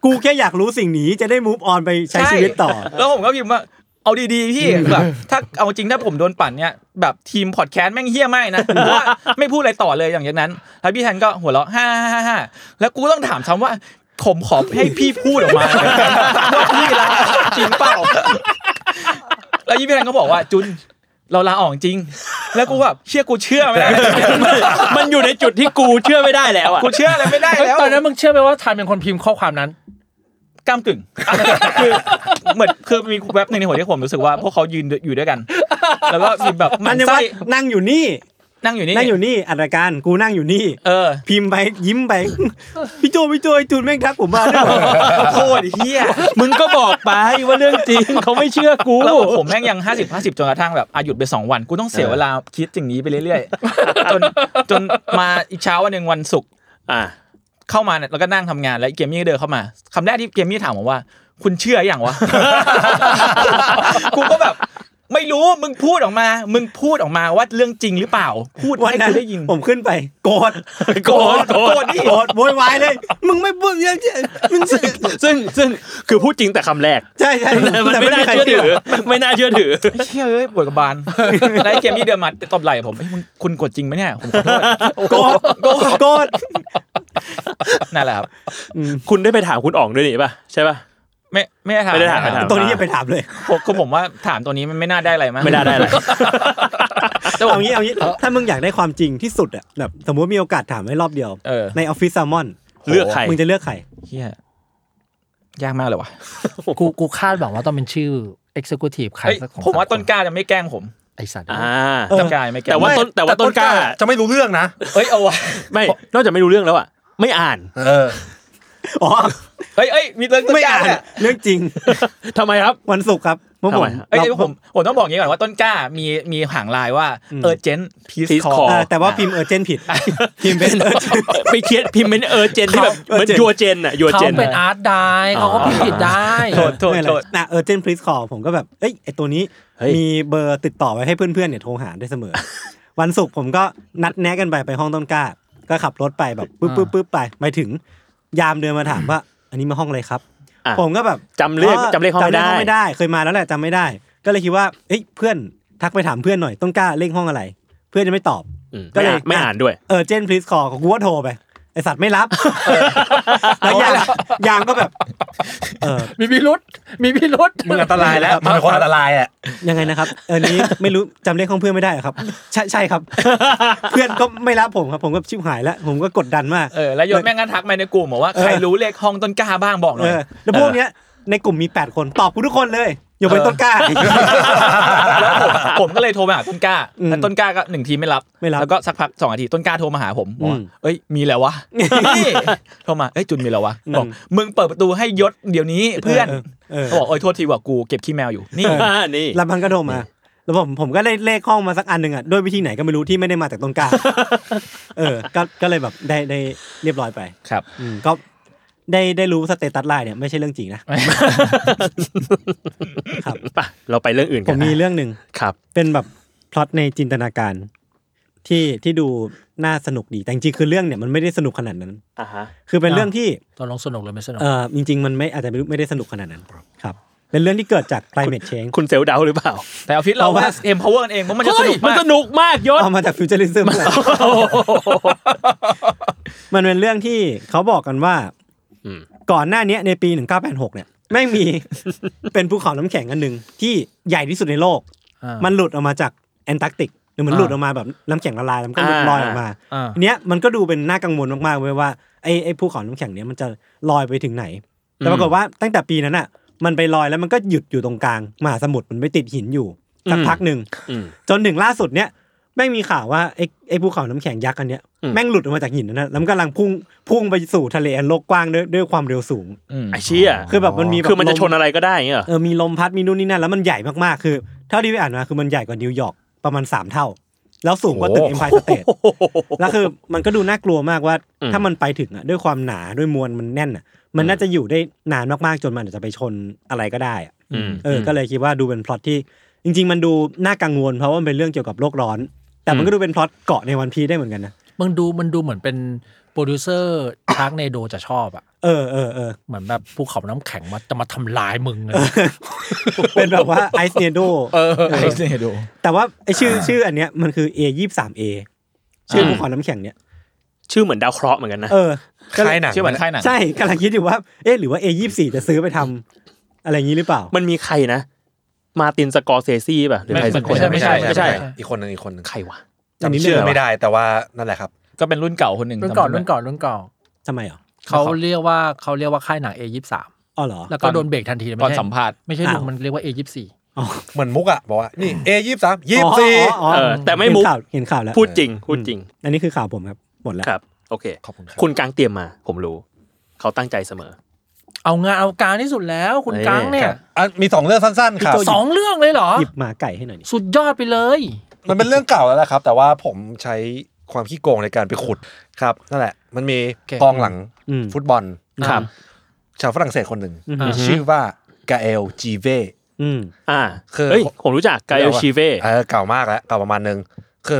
กูแค่อยากรู้สิ่งนี้จะได้มูฟออนไปใช้ชีวิตต่อ แล้วผมก็พิมพ์ว่าเอาดีๆพี่ แบบถ้าเอาจริงถ้าผมโดนปั่นเนี่ยแบบทีมพอดแคสต์แม่งเฮี้ยไม่นะเพราะว่าไม่พูดอะไรต่อเลยอย่างนั้นแล้วพี่แทนก็หัวเราะฮ่าฮ่าฮ่าฮ่าแล้วกูต้องถามซ้ำว่าผมขอให้พี่พูดออกมาว่าพี่ลาจริงเปล่า แล้วยี่พี่แทนก็บอกว่าจุนเราลาออกจริง แล้วกูแบบเชื่อกูเชื่อไม่ได้ มันอยู่ในจุดที่กูเชื่อไม่ได้แล้วอ่ะ กูเชื่ออะไรไม่ได้ เฮ้ย แล้ว ตอนนั้นมึงเชื่อไหมว่าทันเป็นคนพิมพ์ข้อความนั้น ก้ามกึ่งคือเหมือนคือมีแวบหนึ่งในหัวที่ผมรู้สึกว่าพวกเขายืนอยู่ด้วยกัน แล้วก็มีแบบห มั มัน น จะว่า ไส้ นั่งอยู่นี่ นั่งอยู่นี่ นั่งอยู่นี่อัดรายการกูนั่งอยู่นี่ เออ พิมพ์ไปยิ้มไป พี่โจพี่โจไอ้จูนแม่งทักผมมาด้วยเหรอ โคตรเฮีย มึงก็บอกไปว่าเรื่องจริงเขาไม่เชื่อกู แล้วผมแม่งยัง 50 50 จนกระทั่งแบบอาหยุดไป 2 วัน กูต้องเสียเวลาคิดอย่างนี้ไปเรื่อยๆ จนจนมาอีกเช้าวันหนึ่งวันศุกร์ อ่ะ เข้ามาเนี่ยแล้วก็นั่งทำงานแล้วไอ้เกมมี่ก็เดินเข้ามาคำแรกที่เกมมี่ถามผมว่า คุณเชื่ออย่างวะ กูก็แบบ ไม่รู้มึงพูดออกมา มึงพูดออกมาว่าเรื่องจริงหรือเปล่า พูด วัน ให้ นั้ กู น ได้ยิน ผมขึ้นไปโกรธ โกรธโกร โกร ธ ธดิ โกรธโวยวายเลย มึงไม่พูดเรื่องมึง ซึ่งซึ่งซึ่งคือพูดจริงแต่คำแรก ใช่ใช่ มัน แต่ ไม่ ไม่ น่า มีใคร เชื่อถื เชื่ อ อ ไม่น่าเชื่อถือ ไอ้เชื่อเอ้ยปวดกระบาล แล้วไอ้เกมมี่เดินมาตบไหล่ผมเอ้ยมึงคุณกดจริงไหมเนี่ยผมขอโทษ โกรธโกรธ นั่นแหละครับ คุณได้ไปถามคุณอ๋องด้วยนี่ป่ะใช่ป่ะ ไม่ไม่ได้ถาม ไม่ได้ถามไม่ได้ถาม ตรงนี้อย่าไปถามเลย ผมคือผมว่าถามตัวนี้มันไม่น่าได้อะไรมั้ง ไม่น่าได้เลย แต่ผม เอางี้เอางี้ถ้ามึงอยากได้ความจริงที่สุดอะแบบสมมติมีโอกาสถามไว้รอบเดียว เออ ในออฟฟิศแซลมอน เลือกใคร มึงจะเลือกใคร เฮียยากมากเลยว่ะ กูกูคาดหวังว่าต้องเป็นชื่อ executive ใคร เอ้ย สักของ ผมว่า ส ต้นกล้าจะไม่แกล้งผม ไอสัตว์ อ่า เออ ต้นกล้าไม่แกล้ง แต่ว่าต้นแต่ว่าต้นกล้า จะไม่รู้เรื่องนะ เอ้ยเอาว่ะ ไม่นอกจากไม่รู้เรื่องแล้วอ่ะไม่อ่าน เออ อ๋อ เอ้ยเอ้ยมีเรื่องต้น ไม่ กล้า อ่าน เนี่ย เรื่องจริง ทำไมครับ วันศุกร์ครับเมื่อผม ทำไมฮะ เอ้ย เรา เอ้ยผมผมต้องบอกอย่างนี้ก่อนว่าต้นกล้ามีมีหางลายว่า อืม เออเจนพีซ Peace คอ Call เออแต่ว่าพิมพ์เออร์เจนผิด พิมพ์เป็น urgent ไปเขียนพิมพ์เป็นเออเจนที่แบบเหมือน urgent ยัวเจนอ่ะยัว เขา เจน เป็นอาร์ตได้เขาก็พิมพ์ผิดได้ โทษโทษ ไม่เลย โทษ นะเออเจนพลีสคอผมก็แบบเอ้ยไอตัวนี้ เฮ้ย มีเบอร์ติดต่อไว้ให้เพื่อนๆเนี่ยโทรหาได้เส มอ วันศุกร์ผมก็นัดแนะกันไปไปห้องต้นกล้า ก็ขับรถไปแบบปึ๊บปึ๊บปึ๊บไปไปถึง ยามเดินมาถามว่า อันนี้มาห้องอะไรครับ อ่ะ ผมก็แบบ จำเลขจำเลขห้องไม่ได้ จำไม่ได้ เคยมาแล้วแหละจำไม่ได้ ก็เลยคิดว่าเอ้ยเพื่อนทักไปถามเพื่อนหน่อยต้นกล้าเลขห้องอะไร เพื่อนจะไม่ตอบ อืม ก็เลย ไม่อ่านด้วย เออเจนพลีสคอของกูว่าโทรไปไอสัตว์ไม่ รับ แล้วยางยางก็แบบ เออ มีพิรุษมีพิรุษ มึงอันตรายแล้ว มันเป็นคนอันตรายแหละ ยังไงนะครับ เออนี้ไม่รู้จำเลขของเพื่อนไม่ได้เหรอครับ ใช่ใช่ครับ เพื่อนก็ไม่รับผมครับ ผมก็ชิบหายแล้ว ผมก็กดดันมาก เออแล้วยศแม่งก็ทักมาในกลุ่มบอกว่าใครรู้เลขห้องต้นกล้าบ้างบอกหน่ เอ อย อ แล้วพวกเนี้ยในกลุ่มมี 8 คนตอบกูทุกคนเลยยกเว้น เออ ต้นกล้า แล้วผมผมก็เลยโทรไปหาต้นกล้า อืม แล้วต้นกล้าก็หนึ่งทีไม่รับ ไม่รับ แล้วก็สักพักสองนาทีต้นกล้าโทรมาหาผมบอกว่า อืม เอ้ยมีแล้ว วะ นี่โทรมาเอ้ยจุนมีแล้ววะ อืม บอกมึงเปิดประตูให้ยศเดี๋ยวนี้เพื่อน เออ เขาบอกโอ้ยโทษทีว่ากูเก็บขี้แมวอยู่นี่ นี่ แล้วมันก็โทรมา แล้วผมผมก็ได้เลขห้องมาสักอันหนึ่งอ่ะด้วยวิธีไหนก็ไม่รู้ที่ไม่ได้มาจากต้นกล้า เออ ก็ก็เลยแบบได้ได้เรียบร้อยไป ครับ อืมก็ได้ได้รู้สเตตัสไลน์เนี่ยไม่ใช่เรื่องจริงนะ ครับ ไปเราไปเรื่องอื่น ผ กัน มมีเรื่องหนึ่ง ครับ เป็นแบบพล็อตในจินตนาการ ที่ที่ดูน่าสนุกดีแต่จริงๆคือเรื่องเนี่ยมันไม่ได้สนุกขนาดนั้น อ่าฮะ คือเป็นเรื่องที่ ตอนลงสนุกเลยไม่สนุก เอ่อจริง ๆ มันไม่อาจจะไม่ได้สนุกขนาดนั้นครับ เป็นเรื่องที่เกิดจาก climate change คุณเซลลเดาหรือเปล่า แต่ออฟฟิศเรา เอาว่า เอ็มพาวเวอร์เองเพราะมันจะสนุก เฮ้ยมัน มาก สนุกมากยศ เอามาจากฟิวเจอริซึมมันเป็นเรื่องที่เขาบอกกันว่า อืม ก่อนหน้าเนี้ยในปี 1986 เนี่ยไม่งมี เป็นภูเขาน้ำแข็งอันหนึ่งที่ใหญ่ที่สุดในโลก อ่า มันหลุดออกมาจากแอนตาร์กติกหรือมัน อ่า หลุดออกมาแบบน้ำแข็งละลายแล้วมันก็ลอยออกมา อ่า เนี้ยมันก็ดูเป็นน่ากังวลมากๆเว้ยว่าไอ้ไอ้ภูเขาน้ำแข็งเนี้ยมันจะลอยไปถึงไหน แต่ปรากฏว่าตั้งแต่ปีนั้นอ่ะ มันไปลอยแล้วมันก็หยุดอยู่ตรงกลางมหาสมุทรมันไปติดหินอยู่สักพักหนึ่ง อืม จนถึงล่าสุดเนี้ยแม่งมีข่าวว่าไอ้ไอ้ภูเขาน้ำแข็งยักษ์อันเนี้ย อืม แม่งหลุดออกมาจากหินนั้นนะแล้วมันกำลังพุ่งพุ่งไปสู่ทะเลอันโลกกว้างด้วยด้วยความเร็วสูง อืม ไอเชี่ย คือแบบมันมีแบบ คือมันจะชน ล อะไรก็ได้อย่างเงี้ยเหรอ เออมีลมพัดมีนู่นนี่นั่นแล้วมันใหญ่มากๆคือเท่าที่ไปอ่านมาคือมันใหญ่กว่านิวยอร์กประมาณสามเท่า แล้วสูงกว่าตึกเอ็มพายสเตท โอ้โห แล้วคือมันก็ดูน่ากลัวมากว่า อืม ถ้ามันไปถึงอ่ะด้วยความหนาด้วยมวลมันแน่นอ่ะ มันน่าจะอยู่ได้นานมากๆจนมันอาจจะไปชนอะไรก็ได้อะ อืม เอออก็เลยคิดว่าดูเป็นพล็อตที่ จริง ๆ มันดูน่ากังวลเพราะว่ามันเป็นเรื่องเกี่ยวกับโลกร้อน แต่มันก็ดูเป็นพล็อตเกาะในวันพีได้เหมือนกันนะ มึงดูมันดูเหมือนเป็นโปรดิวเซอร์ ชาร์กเนโดจะชอบอ่ะ เออเออเออ เหมือนแบบภูเขาน้ำแข็งมาจะมาทำลายมึงเลย เป็นแบบว่าไอซ์เนโด เออไอซ์เนโด แต่ว่าไอชื่อชื่ออันเนี้ยมันคือ A ยี่สาม A ชื่อภูเขาน้ำแข็งเนี่ย ชื่อเหมือนดาวเคราะห์เหมือนกันนะ เออก็ คล้ายหนัง ชื่อเหมือนค่ายหนัง ใช่กำลังคิดอยู่ว่าเอ๊ะหรือว่า A ยี่สี่จะซื้อไปทำอะไรอย่างนี้หรือเปล่า มันมีใครนะ มาร์ตินสกอร์เซซี่ป่ะหรือใครสักคน ไม่ใช่ไม่ใช่ ไม่ใช่ อีกคนหนึงอีกคนหนึง ใครวะ จำชื่อไม่ได้แต่ว่านั่นแหละครับ ก็เป็นรุ่นเก่าคนหนึ่ง รุ่นก่อน ทำ รุ่นก่อนรุ่นก่อน ทำไมอ่ะ เขาเรียกว่าเขาเรียกว่าค่ายหนัง A ยี่สาม อ๋อเหรอ แล้วก็โดนเบรกทันทีเลย ตอน ไม่ใช่ สัมภาษณ์ ไม่ใช่ลุง อ้าว มันเรียกว่า A ยี่สี่ เหมือนมุกอ่ะบอกว่านี่เอยี่สามยี่สี่ อ๋ออ๋อ เอ อ๋อ อแต่ไม่มุก เห็นข่าวเห็นข่าวแล้ว พูดจริง พูดจริง อันนี้คือข่าวผมครับ หมดแล้ว ครับ โอเค ขอบคุณครับ คุณกลางเตรียมมา ผมรู้ เขาตั้งใจเสมอ เอางานเอาการที่สุดแล้วคุณ เอ้ย กังเนี่ย อ่ะมีสองเรื่องสั้นๆครับ สองเรื่องเลยเหรอ หยิบหมาไก่ให้หน่อยดิ สุดยอดไปเลย มันเป็นเรื่องเก่าแล้วแหละครับ แต่ว่าผมใช้ความขี้โกงในการไปขุดครับนั่นแหละ มันมี เก่ง กองหลัง อืม ฟุตบอล ครับ ชาวฝรั่งเศสคนหนึ่ง อือฮึ ชื่อว่ากาเอลจีเว อืม อ่า คือ เฮ้ย ผมรู้จักไกโอชิเว่ เออเก่ามากแล้วเก่าประมาณนึงคือ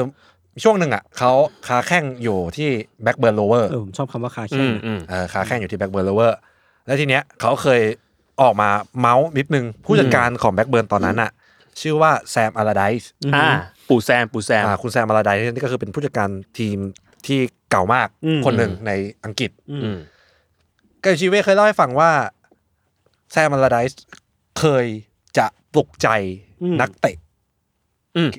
ช่วงหนึ่งอ่ะเขาคาแข้งอยู่ที่แบ็กเบิร์นโลเวอร์ เออผมชอบคำว่าคา อื แข้ง มอืม เออคาแข้งอยู่ที่แบ็กเบิร์นโลเวอร์แล้วทีเนี้ยเขาเคยออกมาเมาส์นิดนึง ผู้จัดการของแบ็กเบิร์นตอนนั้นอ่ะ ชื่อว่าแซมอาราไดส์ อ่า ปู่แซม ปู่แซม อ่าคุณแซมอาราไดส์นี่ก็คือเป็นผู้จัดการทีมที่เก่ามากคนหนึ่งในอังกฤษ อืม กาชิเว่เคยเล่าให้ฟังว่าแซมอาราไดส์เคยจะปลุกใจนักเตะ อืม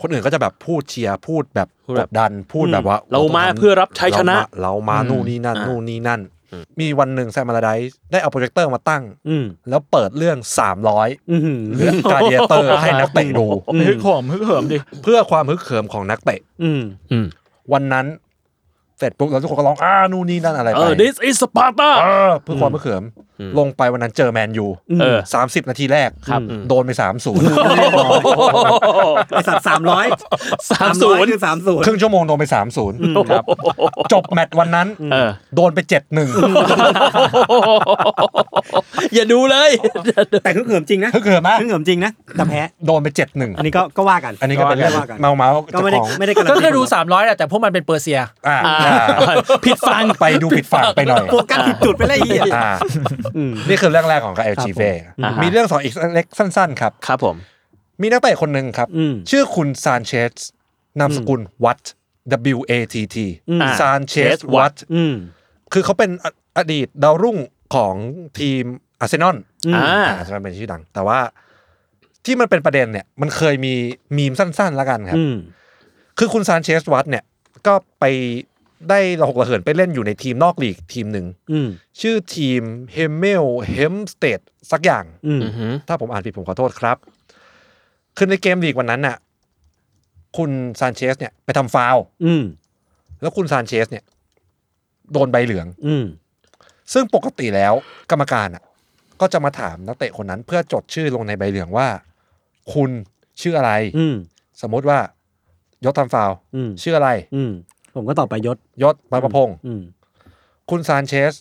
คนอื่นก็จะแบบพูดเชียร์พูดแบบ พูดแบ ก บ ดดันพูดแบบว่า เรามา ต้งทำ เพื่อรับชัยชนะ เรามาเรามานู่นนี่นั่น อ่านู่ นู่นนี่นั่น อืม มีวันหนึ่งแซมอาราไดส์ได้เอาโปรเจคเตอร์มาตั้ง อืม แล้วเปิดเรื่อง 300 อืมอืม เรื่องการเดียเตอร์ให้นักเตะดู ฮึกโหมฮึกเหิมดิ เพื่อความฮึกเขิมของนักเตะ อืม อืม วันนั้นเสร็จปุ๊บเราทุกคนก็ร้องอ้านู่นนี่นั่นอะไร เอ ไป อ this is Sparta เออเพื่อความฮึกเขิม อืม ลงไปวันนั้นเจอแมนยู เออ สามสิบนาทีแรก ครับ โดนไปสามศูนย์ ไอสัตว์สามร้อย สามศูนย์ คือสามศูนย์ ครึ่งชั่วโมงโดนไปสามศูนย์ครับจบแมตช์วันนั้น เออ โดนไปเจ็ดหนึ่ง อย่าดูเลย แต่คือเขิมจริงนะ คือเกิดมาก คือเขิมจริงนะแต่แพ้ โดนไปเจ็ดหนึ่ง อันนี้ก็ก็ว่ากัน อันนี้ก็เป็นเรื่อง ว่ากัน เมาเมาส์ ก็ไม่ได้ ของ ไม่ได้การัน ก็ ตี คือดู 300แหละแต่พวกมันเป็นเปอร์เซีย อ่า อ่า อ่า ผิดฟัง ไปดูผิดฝั่งไปหน่อย โฟกัสผิดจุดไปเลยไอ้เหี้ย อ่า อืม นี่คือเรื่องแรกของเอลจีเฟ อ่าฮะ มีเรื่องสองอีกเล็กสั้นๆ ครับ ครับผม มีนักเตะคนหนึ่งครับ อืม ชื่อคุณซานเชสนามสกุลวัต W A T T อืม ซานเชสวัต อืม คือเขาเป็นออดีตดาวรุ่งของทีมอาร์เซนอล อืม อ่า อาร์เซนอลเป็นชื่อดัง แต่ว่าที่มันเป็นประเด็นเนี่ย มันเคยมีมีมสั้นๆแล้วกันครับ อืม คือคุณซานเชสวัตเนี่ย ก็ไปได้ระหกระเหินไปเล่นอยู่ในทีมนอกลีกทีมหนึ่ง อืม ชื่อทีมเฮมเมลเฮมสเตดสักอย่าง อืม อือหือ ถ้าผมอ่านผิดผมขอโทษครับ คือในเกมลีกวันนั้นน่ะ คุณซานเชสเนี่ยไปทำฟาวล์ อืม แล้วคุณซานเชสเนี่ย โดนใบเหลือง อืม ซึ่งปกติแล้วกรรมการอ่ะ ก็จะมาถามนักเตะคนนั้น เพื่อจดชื่อลงในใบเหลืองว่า คุณชื่ออะไร อืม สมมติว่ายศทำฟาวล์ อืม ชื่ออะไร อืมผมก็ตอบไปยศ ยศปาประพงศ์ อืม คุณซานเชส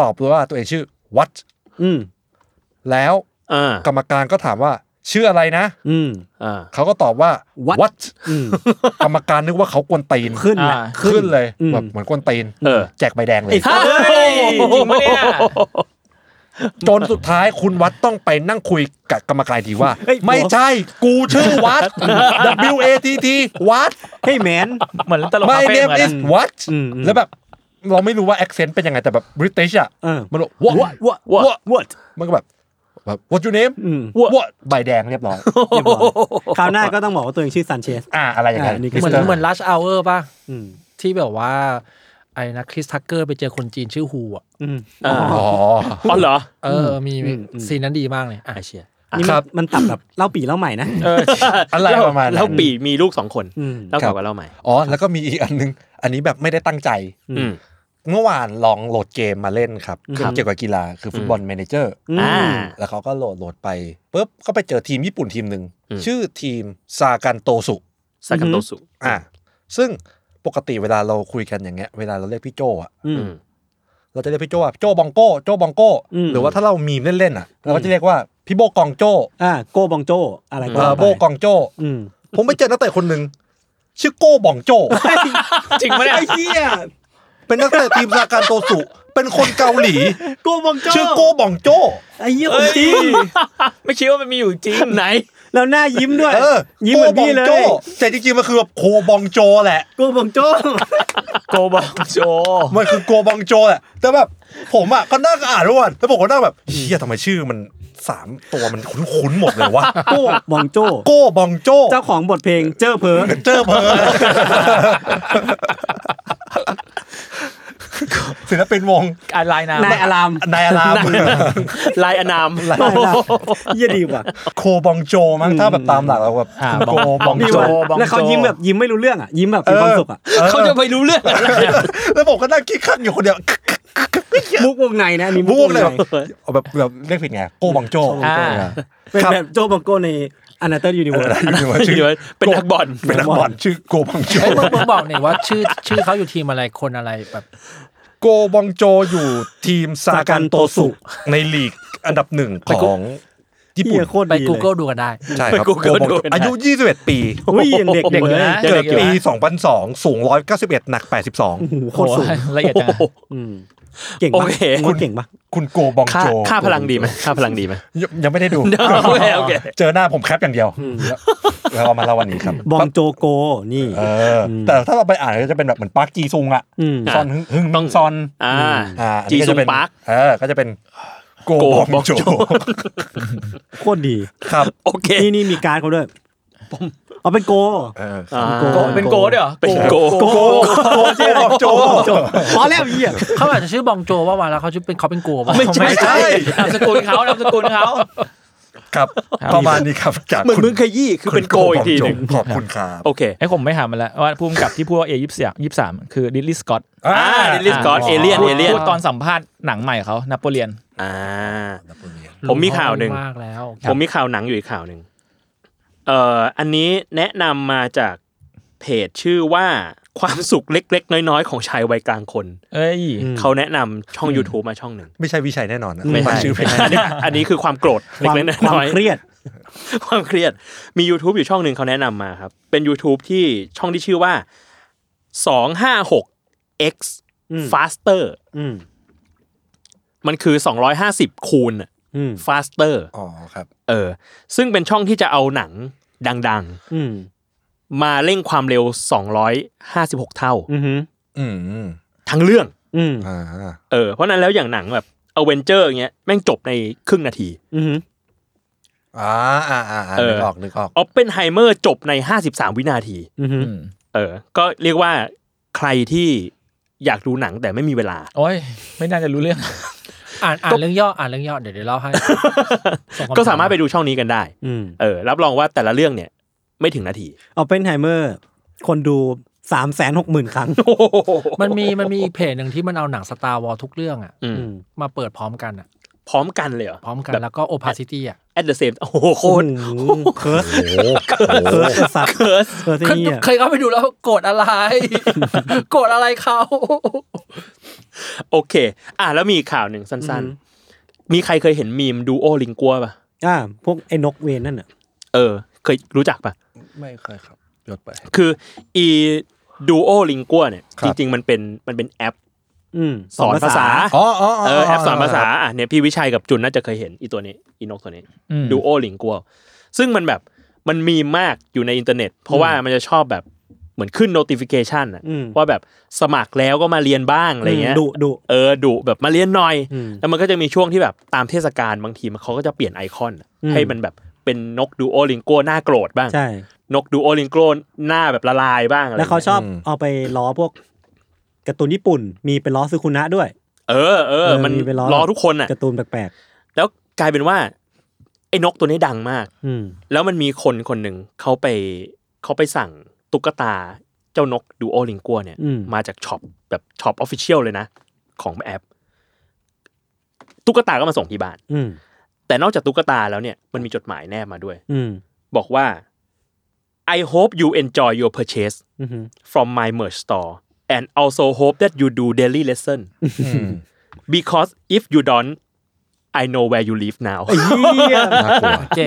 ตอบว่าตัวเองชื่อวัต อืม แล้ว อ่าก รรมการก็ถามว่า ชื่ออะไรนะ อืม อ่า เขาก็ตอบว่า What? วัต อืม กรรมการนึกว่าเขากวนตีน ขึ้นแหละ อ่า ขึ้นเลย อืม แบบเหมือนกวนตีน เออ แจกใบแดงเลย เฮ้ย จริงปะเนี่ย จนสุดท้ายคุณวัดต้องไปนั่งคุยกับกรรมการอีกทีว่า เฮ้ย ไม่ใช่ กูชื่อ วัด W A T T วัด เฮ้ยแมน เหมือนตลก My คาเฟ่เหมื name อนกั is น what อืมอืม แล้วแบบ เราไม่รู้ว่า accent เป็นยังไงแต่แบบ British อ่ะ เออ มันบอก what What? What? what มันก็แบบแบบ what your name อืม what ใบแดงเรียบ ร้อย เรียบร้อยคราวหน้าก็ต้องบอกว่าตัวเองชื่อซันเชส อ่าอะไรอย่างเงี้ย อ่านี่ก็ เหมือน เออ เหมือนลัชเอาเออร์ป่ะ อืม ที่แบบว่าไอ้นะคริสทักเกอร์ไปเจอคนจีนชื่อฮูอ่ะ อืม อ่า อ๋อ อ๋อเหรอ เออมี อืมอืม ซีนนั้นดีมากเลยอ่ะ ไอเชีย นี่ ค มั รั น บ มันตับแบบเล่าปีเล่าใหม่นะ อะไรประมาณนั้น แล้วปีมีลูกสองคน อืม เล่า ครั เก่า บ กับเล่าใหม่ อ๋อ แล้วก็มีอีกอันนึง อันนี้แบบไม่ได้ตั้งใจ อืม เมื่อวานลองโหลดเกมมาเล่นครับ ครับ เกี่ยวกับกีฬาคือฟุตบอลแมเนเจอร์ อ่า แล้วเขาก็โหลดโหลดไปปุ๊บก็ไปเจอทีมญี่ปุ่นทีมหนึ่ง อืม ชื่อทีมซากันโตสุ ซากาโตสุ อ่ะซึ่งปกติเวลาเราคุยกันอย่างเงี้ยเวลาเราเรียกพี่โจอะ อืม อืม เราจะเรียกพี่โจว่าโจบองโก้โจบองโก้ อืม หรือว่าถ้าเรามีมเล่นๆอ่ะเราก็จะเรียกว่าพี่โบกองโจ อ่าโกบองโจอะไรก็ เออ ว่าไป โบกองโจ อืม ผมไปเจอนักเตะคนหนึ่งชื่อโก้บองโจ จริงปะเนี่ย ไอ้เหี้ย เป็นนักเตะทีมซาการโตสุ เป็นคนเกา หลี โกบองโจ ชื่อโก้บองโจ ไอ้เหี้ยของจริง ไม่คิดว่ามันมีอยู่จริง ไหน แล้วหน้ายิ้มด้วย เออ ยิ้มเหมือนพี่เลย โก้บองโจ้แต่จริงๆมันคือแบบโคบองโจแหละ โกบองโจ โกบองโจ มันคือโกบองโจแหละ แต่แบบผมอ่ะก็นั่งอ่านทุกวันแล้วผมก็นั่งแบบเฮียทำไมชื่อมันสามตัวมันคุ้นๆหมดเลยวะ โกบองโจ โก้บองโจ เจ้าของบทเพลงเจอเพอ เจอเพอ ศิลปินวง อะไรนะ นายอาราม นายอารามมือ ลายอนาม นายอารามเยี่ยดีว่ะ โคบองโจมั้งถ้าแบบตามหลักเราแบบ อ่า โกบอง ดี โจ ว่ะ ว่ะแล้วเขายิ้มแบบยิ้มไม่รู้เรื่องอ่ะยิ้มแบบมีความสุขอ่ะ เขาจะไปรู้เรื่องอะไร แล้วผมก็นั่งคิดคักอยู่คนเดียว มุกวงในนะอันนี่ มุกวงใน ใน เอาแบบแบบเรียกผิดไงโกบังโจ อ่า เป็นแบบโจบังโกในอนาเตอร์ยูนิเวิร์ส ชื่อว่าชื่อ เป็นนักบอล เป็นนักบอลชื่อโกบังโจ ไอ้มึงมึงบอกหน่อยว่าชื่อชื่อเขาอยู่ทีมอะไรคนอะไรแบบ โกบังโจอยู่ทีมซากันโตสุ ในลีกอันดับหนึ่งของญี่ปุ่น เหี้ยโคตร ไป ดีเลย Google ดูกันได้ ใช่ครับ ไป Google โกบัง ดู โจ กันได้ อายุ 21 ปี อุ้ยยังเด็ก โอ้โห เด็กเลย เด็ เกิด กอยู่นะ ปี 2002 สูง 191 หนัก โอ้โหโค โอ้ ตรสูง ยละเอียดจังอะ อืมเก่ง โอ ปะ เค คุณเก่งปะ 83 คุณโกบอง ค่า โจ ค่าพลังดีไหมค่าพลังดีไหม ยังยังไม่ได้ดู โอเคโอเค เจอหน้าผมแคปอย่างเดียวแล้วแล้วเอามาเล่าวันนี้ครับ บองโจโกนี่ เอออแต่ถ้าเราไปอ่านก็จะเป็นแบบเหมือนปาร์คจีซุงอะ อืม ซอนฮึ่งฮึ่ง ต้อง ซอน อ่า อ่าอัน จี นี้ ซุ จะ ง เป็น ปาร์ค เออก็จะเป็นโก โก บองโจ บองโจ โคตรดี ครับ โอเค นี่นี่มีการ์ดเขาด้วยเอาเป็นโก เออ อ่า โกเป็นโกด้วยเหรอ เป็นโก โกโกบองโจ จบพอแล้วไอ้เหี้ย เขาอาจจะชื่อบองโจว่าวะแล้วเขาชื่อเป็นเขาเป็นโกวะ ไม่ใช่ไม่ใช่นามสกุลเขานามสกุลเขา ครับ ครับ ประมาณนี้ครับจาก เหมือน คุณ มึงขยี้คือเป็นโกอีกทีหนึ่ง ขอบคุณครับ โอเค ไอ้ผมไม่หามันแล้วว่าผู้กำกับที่พูดว่าเอยี่สิบยี่สามคือดิลลี่สกอต อ่า อ่าดิลิสกอตเอเลียนเอเลียน พูดตอนสัมภาษณ์หนังใหม่เขานโปเลียน อ่า ผมมีข่าวหนึ่ง มากแล้ว ผมมีข่าวหนังอยู่อีกข่าวหนึ่งเอ่ออันนี้แนะนำมาจากเพจชื่อว่าความสุขเล็ก ๆ น้อยๆ ของชายวัยกลางคน เอ้ย อืม เขาแนะนำช่อง YouTube มาช่องหนึ่ง ไม่ใช่วิชัยแน่นอนนะ ไม่ ฟั ใช่ งชื่อเพลง อันนี้อันนี้คือความโกรธ ความ เล็กคๆวาม น้อยๆ เครียด ความเครียดมี YouTube อยู่ช่องหนึ่งเขาแนะนำมาครับ เป็น YouTube ที่ช่องที่ชื่อว่า 256 x อืม faster อืม มันคือ 250 คูณอะ อืม faster อ๋อครับ เออ ซึ่งเป็นช่องที่จะเอาหนังดัง อืม ๆ มาเร่งความเร็ว 256 เท่า อืม อืม ทั้งเรื่อง อืม อ่า เออ เพราะฉะนั้นแล้วอย่างหนังแบบ a v e n g e r เงี้ยแม่งจบในครึ่งนาที อืม อ่าอ่าอ่า เออ นึกออกนึกออก o p p e n h e i m e r จบใน 53 วินาที อืม เออ ก็เรียกว่าใครที่อยากดูหนังแต่ไม่มีเวลา โอ้ย ไม่น่าจะรู้เรื่อง อ่านอ่านเรื่องย่ออ่านเรื่องย่อเดี๋ยวเดี๋ยวเล่าให้งคำถ ก็สามารถไปดูช่องนี้กันได้ อืม เออ รับรองว่าแต่ละเรื่องเนี่ย ไม่ถึงนาที เอาเป็นไฮเมอร์ คนดูสามแสนหกหมื่นครั้ง มันมีมันมีเพจหนึ่งที่มันเอาหนังสตาร์วอลทุกเรื่องอ่ะ อืม มาเปิดพร้อมกันอ่ะ พร้อมกันเลยเหรอ พร้อมกัน แบบ แล้วก็โอพาซิตี้อ่ะ at the same โอ้โหโคตร เคิร์ส โอ้โห เคิร์สสัตว์ เคิร์ส เคิร์สที่นี่อ่ะ เคยเข้าไปดูแล้วโกรธ อะไร โกรธอะไรเขา โอเค อ่ะแล้วมีข่าวหนึ่งสั้นๆ มีใครเคยเห็นมีมดูโอลิงกัวป่ะ อ่าพวกไอ้นกเวนนั่นอ่ะ เออ เคยรู้จักป่ะ ไม่เคยครับยดไป คืออีดูโอลิงกัวเนี่ย ครั จ บ ริง ๆ มันเป็นมันเป็นแอป อืม สอนภาษา อ๋ออ๋อ เออแอปสอนภาษาอ่ะเนี่ยพี่วิชัยกับจุนน่าจะเคยเห็นอีตัวนี้อีนกตัวนี้ อืม ดูโอลิงกัวซึ่งมันแบบมันมีมากอยู่ในอินเทอร์เน็ต เพราะว่ามันจะชอบแบบเหมือนขึ้น notification อ่ะ อืม ว่าแบบสมัครแล้วก็มาเรียนบ้างอะไรเงี้ย ดุดุ เออดุแบบมาเรียนหน่อย อืม แล้วมันก็จะมีช่วงที่แบบตามเทศกาลบางทีมันเขาก็จะเปลี่ยนไอคอนอะ อืม ให้มันแบบเป็นนกดูโอลิงกัวหน้าโกรธบ้าง ใช่ นกดูโอลิงกัวหน้าแบบละลายบ้างอะไร แล้วเขา เงี้ย ชอบเอาไปล้อพวกการ์ตูนญี่ปุ่น มีไปล้อซึคุนะด้วย เออเออ เออ มัน มีไปล้อ รอทุกคนอ่ะ การ์ตูนแปลก แล้วกลายเป็นว่าไอ้นกตัวนี้ดังมาก ๆอืม แล้วมันมีคนคนหนึ่งเขาไปเขาไปสั่งตุ๊กตาเจ้านกดูโอลิงกัวเนี่ย อืม มาจากช็อปแบบช็อปออฟฟิเชียลเลยนะ ของแอป ตุ๊กตาก็มาส่งที่บ้าน อืม แต่นอกจากตุ๊กตาแล้วเนี่ยมันมีจดหมายแนบมาด้วย อืม บอกว่า I hope you enjoy your purchase อือหือ from my merch store and also hope that you do daily lesson because if you don't I know where you live now เหี้ย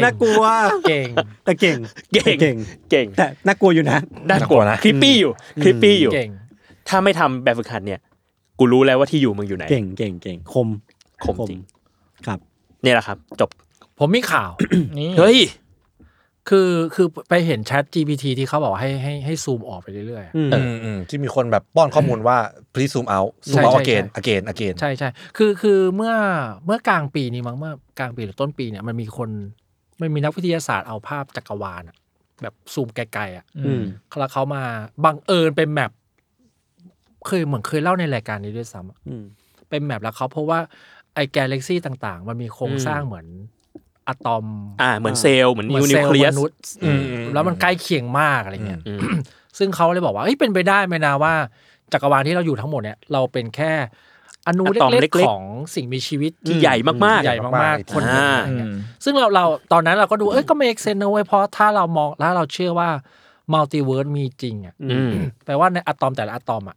น่ากลัว เก่ง น่ากลัวแต่เก่งเก่ง เก่ง เก่ง เก่ง แต่น่ากลัวอยู่นะ น่ากลัว น่ากลัวนะ คลิปปี้อยู่คลิปปี้อยู่ เก่ง ถ้าไม่ทำแบบฝึกหัดเนี่ย กูรู้แล้วว่าที่อยู่มึงอยู่ไหน เก่งเก่งเก่งคม คมจริง ครับ เนี่ยแหละครับ จบ ผมมีข่าว นี่ เฮ้ย คือคือไปเห็นแชท GPT ที่เขาบอกให้ให้ให้ซูมออกไปเรื่อยๆอะ อืม อืมอืมที่มีคนแบบป้อนข้อมูลว่า please zoom out zoom ใช่ out ใช่ again ใช่ again again ใช่ใช่คือคือเมื่อเมื่อกลางปีนี้มั้งเมื่อกลางปีหรือต้นปีเนี่ยมันมีคนมันมีนักวิทยาศาสตร์เอาภาพจักรวาลอะแบบซูมไกลๆอ่ะ อืม แล้วเขามาบังเอิญเป็นแมปเคยเหมือนเคยเล่าในรายการนี้ด้วยซ้ำอะ อืม เป็นแมปแล้วเขาเพราะว่าไอ้แกาแล็กซี่ต่างๆ มันมีโครงสร้างเหมือนอะตอม อ่า เหมือนเซลล์เหมือนนิว เห นิ มื ว อซล เคลียส มนุษย์ อืม แล้วมันใกล้เคียงมากอะไรเงี้ย อืม ซึ่งเขาเลยบอกว่าเอ้ยเป็นไปได้ไหมนะว่า จักรวาลที่เราอยู่ทั้งหมดเนี่ย เราเป็นแค่อนุ อะตอม เล็ก เล็กๆๆของสิ่งมีชีวิต ที่ใหญ่มาก ใหญ่มากๆ คนหนึ่ง อ่า อะไรเงี้ยซึ่งเราเราตอนนั้นเราก็ดูเอ้ยก็ไม่เอ็กเซนนะเว้ยเพราะถ้าเรามองถ้าเราเชื่อว่ามัลติเวิร์สมีจริงอ่ะ ๆ อืม แปลว่าในอะตอมแต่ละอะตอมอ่ะ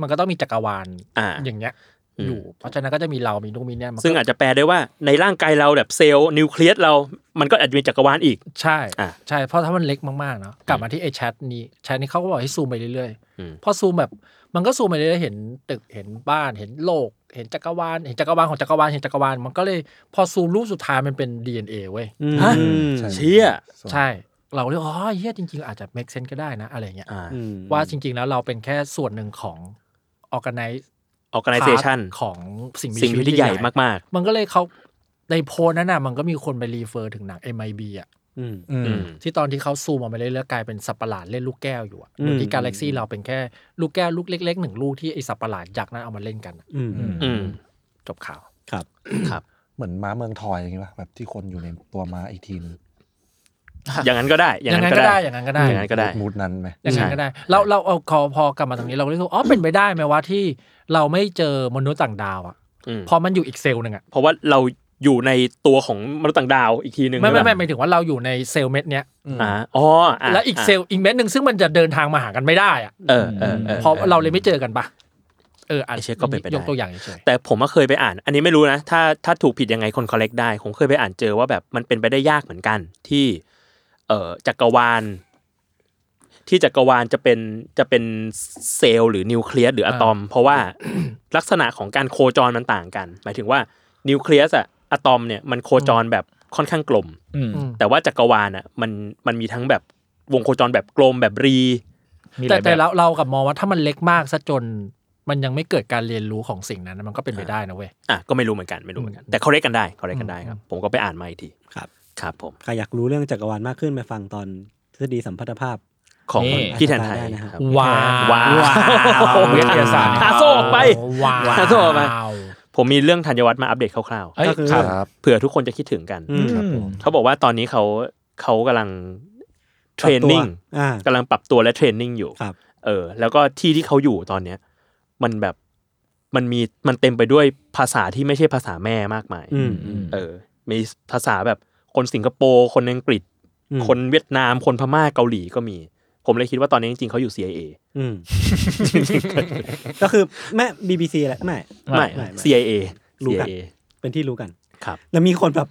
มันก็ต้องมีจักรวาล อ่า อย่างเงี้ย อืม อยู่ เพราะฉะนั้นก็จะมีเรามีนูนมีเนี่ยมันก็ ซึ่งอาจจะแปลได้ว่าในร่างกายเราแบบเซลล์นิวเคลียสเรา มันก็อาจจะมีจักรวาลอีก ใช่ อ่ะ ใช่เพราะถ้ามันเล็กมากๆเนาะกลับมาที่ไอ้แชทนี้แชทนี้เขาก็บอกให้ซูมไปเรื่อย อืม ๆพอซูมแบบมันก็ซูมไปเรื่อยๆเห็นตึกเห็นบ้านเห็นโลก เห็นจักรวาลเห็นจักรวาลของจักรวาลเห็นจักรวาลมันก็เลยพอซูมรูปสุดท้ายมันเป็น DNA เว้ย อืม ฮะ ใช่ เชี่ย ใช่ เราเลยอ๋อเฮียจริงๆ อาจจะเมคเซนก็ได้นะ อะไรเงี้ย อ่า อืม ว่าจริงๆแล้วเราเป็นแค่ส่วนหนึ่งของ organize organization พาร์ทของสิ่งมี สิ่ง ชีวิต ที่ใหญ่มาก มันก็เลยเขาในโพลนั้นน่ะมันก็มีคนไปรีเฟอร์ถึงหนัง MIB อ่ะ อืม อื ๆ อื ม ม ที่ตอนที่เขาซูมออกมาเรื่อยๆกลายเป็นสัตว์ประหลาดเล่นลูกแก้วอยู่อะ อืม โดยที่กาแล็กซี่เราเป็นแค่ลูกแก้วลูกเล็กๆหนึ่งลูกที่ไอสัตว์ประหลาดยักษ์นั้นเอามาเล่นกันอะ อืม อืม อืม จบข่าว ครับ เหมือนม้าเมืองทอยอย่างงี้ป่ะแบบที่คนอยู่ในตัวม้าอีกทีนึง อย่างนั้นก็ได้อย่อา ย่าง ง นั้ นั้นก็นก็ ได้ ได้อย่างนั้นก็ได้ อย่างนั้นก็ได้ มูดนั้นไหม อย่างนั้นก็ได้ เราเราเอาคอพอกลับมาตรงนี้เราเลยรู้สึกว่าอ๋อเป็นไปได้ไหมว่าที่เราไม่เจอมนุษย์ต่างดาวอะ อืม เพอมันอยู่อีกเซลล์หนึ่งอะ เพราะว่าเราอยู่ในตัวของมนุษย์ต่างดาวอีกทีหนึ่ง ไม่ไม่ไม่ห ใช่ มายถึงว่าเราอยู่ในเซลล์เม็ดเนี้ย อ่าอ๋ออ่ะ และอีกเซลล์อีกเม็ดหนึ่งซึ่งมันจะเดินทางมาหากันไม่ได้อะ เออเออเออ เพราะเราเลยไม่เจอกันปะเอออาจ ไอ้เชี่ยก็เป็นไปได้ ยกตัวอย่างเฉย แต่ผมก็เคยไปอ่าน อันนี้ไม่รู้นะ ถ้าถ้าถูกผิดยังไงคน collect ได้ ผมเคยไปอ่านเจอว่าแบบมันเป็นไปได้ยากเหมือนกัน ที่ เอ่อจักรวาล ที่จักรวาลจะเป็นจะเป็นเซลล์หรือนิวเคลียสหรืออะตอม เพราะว่า ลักษณะของการโคจรมันต่างกัน หมายถึงว่านิวเคลียสอะอะตอมเนี่ยมันโคจรแบบค่อนข้างกลม อืม ๆอืม แต่ว่าจักรวาลอะมันมันมีทั้งแบบวงโคจรแบบกลมแบบรี มีห แต่ ลายบ แต่ บ เราเรากลับมองว่าถ้ามันเล็กมากซะจนมันยังไม่เกิดการเรียนรู้ของสิ่งนั้นนะมันก็เป็นไปได้นะเว้ย อ่ะก็ไม่รู้เหมือนกันไม่รู้เหมือนกัน แต่ collect กันได้ collect กันได้ครับ ผมก็ไปอ่านมาอีกที ครับ ครับผม ใครอยากรู้เรื่องจักรวาลมากขึ้นไปฟังตอนทฤษฎีสัมพัทธภาพ ของ นี่ พี่แทนไทย ได้นะครับ ครับ ว้าว ว้าว วิทยาศาสตร์ หาโซ่ออกไป ว้าว หาโซ่ออกไป ผมมีเรื่องธัญวัฒน์มาอัปเดตคร่าว เอ้ย ก็คือ ครับ ครับ ๆ เผื่อทุกคนจะคิดถึงกัน อืม อืม เขาบอกว่าตอนนี้เขาเขากำลังเทรนนิ่ง ปบตัวอ่า กำลังปรับตัวและเทรนนิ่งอยู่ ครับ เออ แล้วก็ที่ที่เขาอยู่ตอนเนี้ย มันแบบมันมีมันเต็มไปด้วยภาษาที่ไม่ใช่ภาษาแม่มากมาย อืมอืม เออ มีภาษาแบบคนสิงคโปร์ คนอังกฤษ อืม คนเวียดนาม คนพม่าเกาหลีก็มี ผมเลยคิดว่าตอนนี้จริงๆเขาอยู่ CIA อื มก็คือแม่ BBC แหละแม่ ไม่ ไม่ไม่ CIA รู้กัน CIA เป็นที่รู้กัน ครับ แล้วมีคนแบบ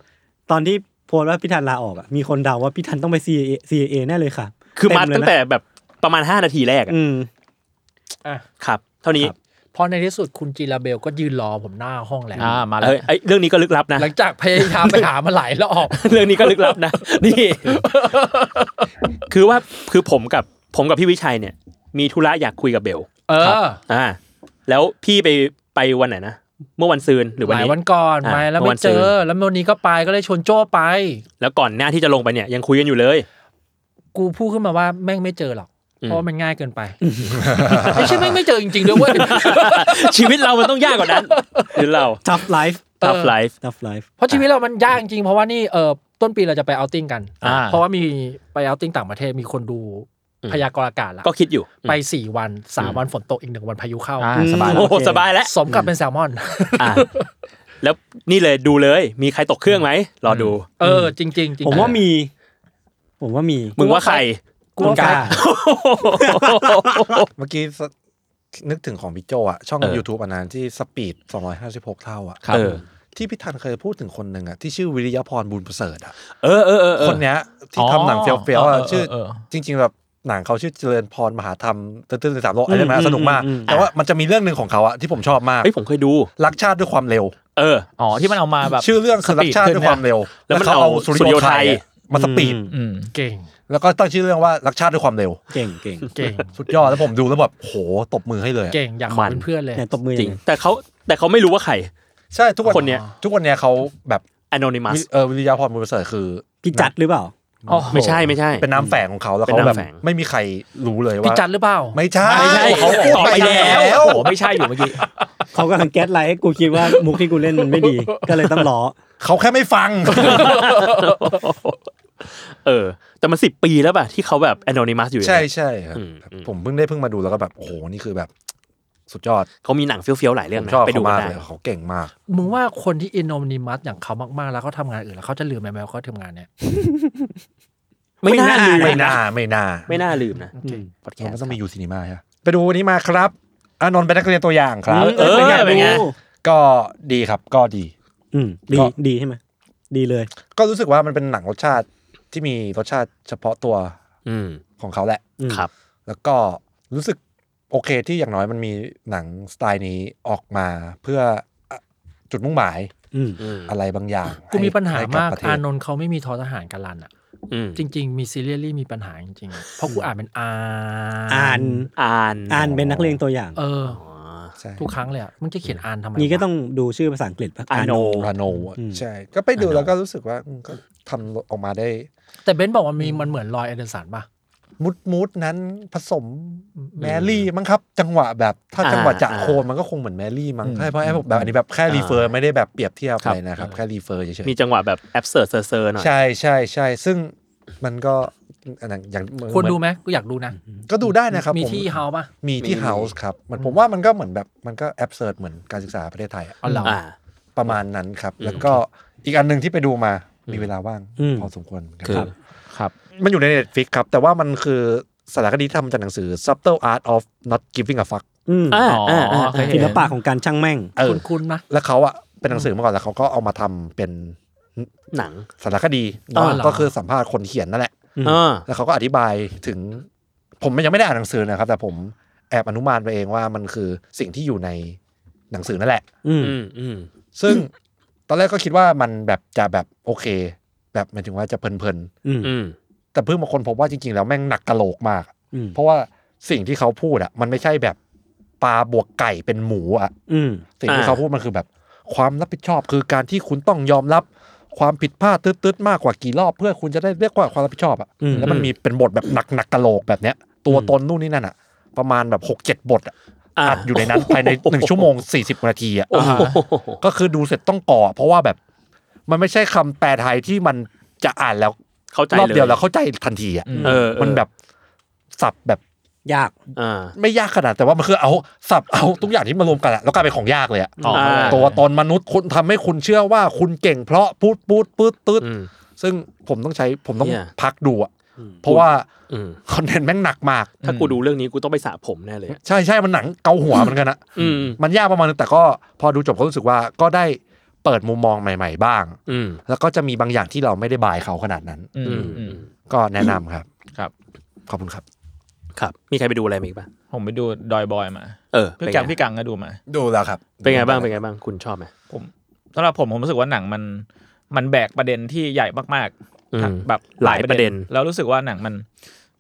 ตอนที่โพสต์ว่าพี่ธันลาออกอะมีคนเดาว่าพี่ธันต้องไป CIA CIA แน่เลยค่ะ คือมา เเลยนะ ตั้งแต่แบบประมาณ 5 นาทีแรกอะ อืม ครับ เท่านี้ ครับ พอในที่สุดคุณจีราเบลก็ยืนรอผมหน้าห้องแล้ว อ่ามาแล้ว เอ้ยเอ้ยเรื่องนี้ก็ลึกลับนะ หลังจากพยายามไปหามาหลายรอบ เรื่องนี้ก็ลึกลับนะ นี่ คือว่าคือผมกับผมกับพี่วิชัยเนี่ย มีธุระอยากคุยกับเบล เออ อ่า แล้วพี่ไปไปวันไหนนะเมื่อวันซืนหรือ ห วัน ลาย นี้ วันก่อน อ่ะ ไปแล้ว เมื่อวันไม่เจ ซื้ อ อ แล้ววันนี้ก็ไปก็เลยชวนโจ้ไป แล้วก่อนหน้าที่จะลงไปเนี่ยยังคุยกันอยู่เลย กูพูดขึ้นมาว่าแม่งไม่เจอหรอก อืม เพราะว่ามันง่ายเกิน ไปไม่ใช่แม่งไม่เจอจริงๆด้วยเว้ย ชีวิตเรามันต้องยากกว่านั้นหรือเรา tough life tough life tough life เพราะชีวิตเรามันยากจริงๆเพราะว่านี่เออต้นปีเราจะไปเอาท์ติ้งกัน อ่า เพราะว่ามีไปเอาท์ติ้งต่างประเทศมีคนดู อืม พยากรณ์อากาศละ ก็คิดอยู่ ไปสี่วันสามวันฝนตกอีกหนึ่งวันพายุเข้า อ่าสบายแล้ โอ้ ว โหสบายแล้ว สมกับเป็นแซลมอน อ่ะแล้วนี่เลยดูเลย มีใครตกเครื่องไหมรอดู เออ จริงๆจริงๆ ผมว่ามี ผมว่ามี มึงว่าใคร กลัวกา เมื่อกี้สนึกถึงของพี่โจอะช่อง เออ YouTube อันนั้นที่สปีด 256 เท่าอะ ครับเออ ที่พี่ทันเคยพูดถึงคนหนึ่งอะที่ชื่อวิริยพรบุญประเสริฐอะ เออเออเออเออ คนเนี้ยที่ อ๋อ ทำหนังเฟี้ยวๆ เอ อะ อเออ ชื่อ เออ จริง ๆ แบบหนังเขาชื่อเจริญพรมหาธรรมตื้นๆสามโลกอะไร อื นะ ม สนุกมาก อืมอืม แต่ว่ามันจะมีเรื่องหนึ่งของเขาอะที่ผมชอบมาก เฮ้ยผมเคยดู รักชาติด้วยความเร็ว เออ อ๋อที่มันเอามาแบบ ชื่อเรื่องคือรักชาติด้วยความเร็ว แล้วมันเอา สุ สุริ ริ โย โย ไท ไท ย ยอะมาสปีด อืม อืม เก่ง แล้วก็ตั้งชื่อเรื่องว่ารักชาติด้วยความเร็ว เก่งเก่ง เก่ง สุดยอดแล้วผมดูแล้วแบบโหตบมือให้เลยอะ เก่งอยากขอเป็นเพื่อนเลย เนี่ยตบมืออ จ ย่า ริ ง ง เดียว แต่เขาแต่เขาไม่รู้ว่าใคร ใช่ทุกวัน คนเนี้ย ทุกวันเนี้ยเขาแบบ anonymous วิเออวิริยาพรบุญประเสริฐคือ พี่จัดหรือเปล่า อ๋อ ไม่ใช่ไม่ใช่ เป็นน้ำแฝงของเขาแล้ว เป็นเขาแบ น้ำ บ แฝง ไม่มีใครรู้เลย พี่ ว่า จัดหรือเปล่า ไม่ใช่ ไม่ใช่ เขาพูด ตอบ ไป ไป แล้ แล้ว ว โอ้โหไม่ใช่อยู่เมื่อกี้ เขากำลังแก๊สไลท์ให้กูคิดว่ามุกที่กูเล่นมันไม่ดี ก็เลยต้องล้อ เขาแค่ไม่ฟัง เออ แต่มันสิบปีแล้วป่ะ ที่เขาแบบ anonymous อยู่ ใช่ใช่ครับ อืมอืม ผมเพิ่งได้เพิ่งมาดูแล้วก็แบบโอ้โหนี่คือแบบสุดยอด เขามีหนังเฟี้ยวๆหลายเรื่อ ผ ง ม นะ ชอบ ไปดูกันเขามาก ได้ เลยเขาเก่งมาก มึงว่าคนที่อินโนนิมัสอย่างเขามากๆ แล้วเขาทำงานอื่นแล้วเขาจะลืมไหมว่าเขาทำงานเนี่ย ไม่น่าลืม ไม่ นะ น่าไม่น่า ไม่น่าลืมนะ เราไม่ต้องมียูซีนีมาใช่ปะไปดูวันนี้มาครับอานนท์เป็นนักเรียนตัวอย่างครับ เออเป็นไง ก็ดีครับก็ดี อืมดี ก็ ดีใช่ไหมดีเลย ก็รู้สึกว่ามันเป็นหนังรสชาติที่มีรสชาติเฉพาะตัว อืม ของเขาแหละ อืม ครับ แล้วก็รู้สึกโอเคที่อย่างน้อยมันมีหนังสไตล์นี้ออกมาเพื่ออ่ะจุดมุ่งหมาย อืม อืม อะไรบางอย่าง กูมีปัญหา ให้บ มาก ประเทศ อานนท์เขาไม่มีทอทหารกันลันอ่ะ อืม จริง ๆ มีซีเรียลี่มีปัญหาจริงๆ เพราะกูอ่านเป็นอา อ่าน อ่าน อ่านเป็นนักเลงตัวอย่าง เออ อ๋อ ใช่ ทุกครั้งเลยอ่ะมึงจะเขียนอ่านทำไม นี่ก็ วะ ต้องดูชื่อภาษาอังกฤษปะ I know พาโนอะ อืม ใช่ ก็ไปดู พาโน แล้วก็รู้สึกว่าอืมก็ทำออกมาได้ แต่เบนซ์บอกว่ามีมันเหมือนรอยเอเดนสันป่ะ มูดมูดนั้นผสมแมรี่มั้งครับ จังหวะแบบถ้าจังหวะจะโคมมันก็คงเหมือนแมรี่มั้ง อืม ใช่เพราะแอปแบบอันนี้แบบแค่รีเฟอร์ไม่ได้แบบเปรียบเทียบ ครับ อะไรนะครับ แค่รีเฟอร์เฉยๆ มีจังหวะแบบ absurd เซอร์ๆหน่อย ใช่ใช่ใช่ซึ่งมันก็อันนั้นอย่างเหมือน ควรดูไหมกูอยากดูนะ ก็ดูได้นะครับ มี ผ ที่เฮาป่ะ มีที่เฮาส์ครับมันผมว่ามันก็เหมือนแบบมันก็แอบเสิร์เหมือนการศึกษาประเทศไทยอะ อ๋อเหรอ อ่า ประมาณนั้นครับ แล้วก็อีกอันหนึ่งที่ไปดูมามีเวลาว่าง อืม พอสมควรเหมือนกัน คือ ครับ ครับ มันอยู่ใน Netflix ครับ แต่ว่ามันคือสารคดีที่ทำจากหนังสือ Subtle Art of Not Giving a Fuck อืม อ่าอ่า อ๋อเคยเห็ ศิ น ลปะของการช่างแม่ง เออ คุ้นๆนะ แล้วเขาอะเป็นหนังสือมาก่อนแล้วเขาก็เอามาทำเป็น หนัง สารคดี อ๋อเหรอ ก็คือสัมภาษณ์คนเขียนนั่นแหละ อืม อ่า แล้วเขาก็อธิบายถึง ผมยังไม่ได้อ่านหนังสือนะครับ แต่ผมแอบอนุมานไปเองว่ามันคือสิ่งที่อยู่ในหนังสือนั่นแหละ อืม อืมอืม ซึ่งตอนแรกก็คิดว่ามันแบบจะแบบโอเค แบบหมายถึงว่าจะเพลิน อืม อืม ๆแต่เพิ่งมาคนพบว่าจริงๆ แล้วแม่งหนักกะโหลกมาก อืม เพราะว่าสิ่งที่เขาพูดอะมันไม่ใช่แบบปลาบวกไก่เป็นหมูอะ อืม สิ่งที่เขาพูดมันคือแบบ ความรับผิดชอบคือการที่คุณต้องยอมรับความผิดพลาดตืดๆมากกว่ากี่รอบ เพื่อคุณจะได้เรียกว่าความรับผิดชอบอะ อืม แล้วมันมีเป็นบทแบบหนักหนักๆกะโหลกแบบเนี้ย ตัวตนนู่นนี่นั่นอ่ะ ประมาณแบบหกเจ็ดบทอะ อ่า อัดอยู่ในนั้นภายในหนึ่งชั่วโมงสี่สิบนาทีอ่ะ โอ้โห ก็คือดูเสร็จต้องก่อ เพราะว่าแบบมันไม่ใช่คำแปลไทยที่มันจะอ่านแล้ว เข้าใจ รอบ เลย เดียวแล้วเข้าใจทันทีอ่ะ เออ มันแบบสับแบบ ยาก อ่า ไม่ยากขนาดแต่ว่ามันคือเอาสับเอาทุกอย่างที่มารวมกันอะแล้วกลายเป็นของยากเลยอะ อ๋อ ตัวตนมนุษย์คุณทำให้คุณเชื่อว่าคุณเก่งเพราะพูดพูดปืดตืด อืม ซึ่งผมต้องใช้ผมต้อง เนี่ย พักดูอ่ะเพราะว่า อืม คอนเทนต์แม่งหนักมาก ถ้ากูดูเรื่องนี้กูต้องไปสระผมแน่เลยอะ ใช่ใช่มันหนังเกาหัวเหมือนกันอะ อืม มันยากประมาณนึงแต่ก็พอดูจบก็รู้สึกว่าก็ได้เปิดมุมมองใหม่ ๆ บ้าง อืม แล้วก็จะมีบางอย่างที่เราไม่ได้บายเขาขนาดนั้น อืม อืมอือืม ม ก็แนะนำครับ ครับ ขอบคุณครับ ครับ มีใครไปดูอะไรมาอีกป่ะ ผมไปดูดอยบอยมา เออ พี่ เป็นไง กังพี่กังก็ดูมา ดูแล้วครับ เป็นไงบ้างเป็นไงบ้างคุณชอบไหม ผมสำหรับผมผมรู้สึกว่าหนังมันมันแบกประเด็นที่ใหญ่มาก อืม ๆแบบ หลายประเด็น แล้วรู้สึกว่าหนังมัน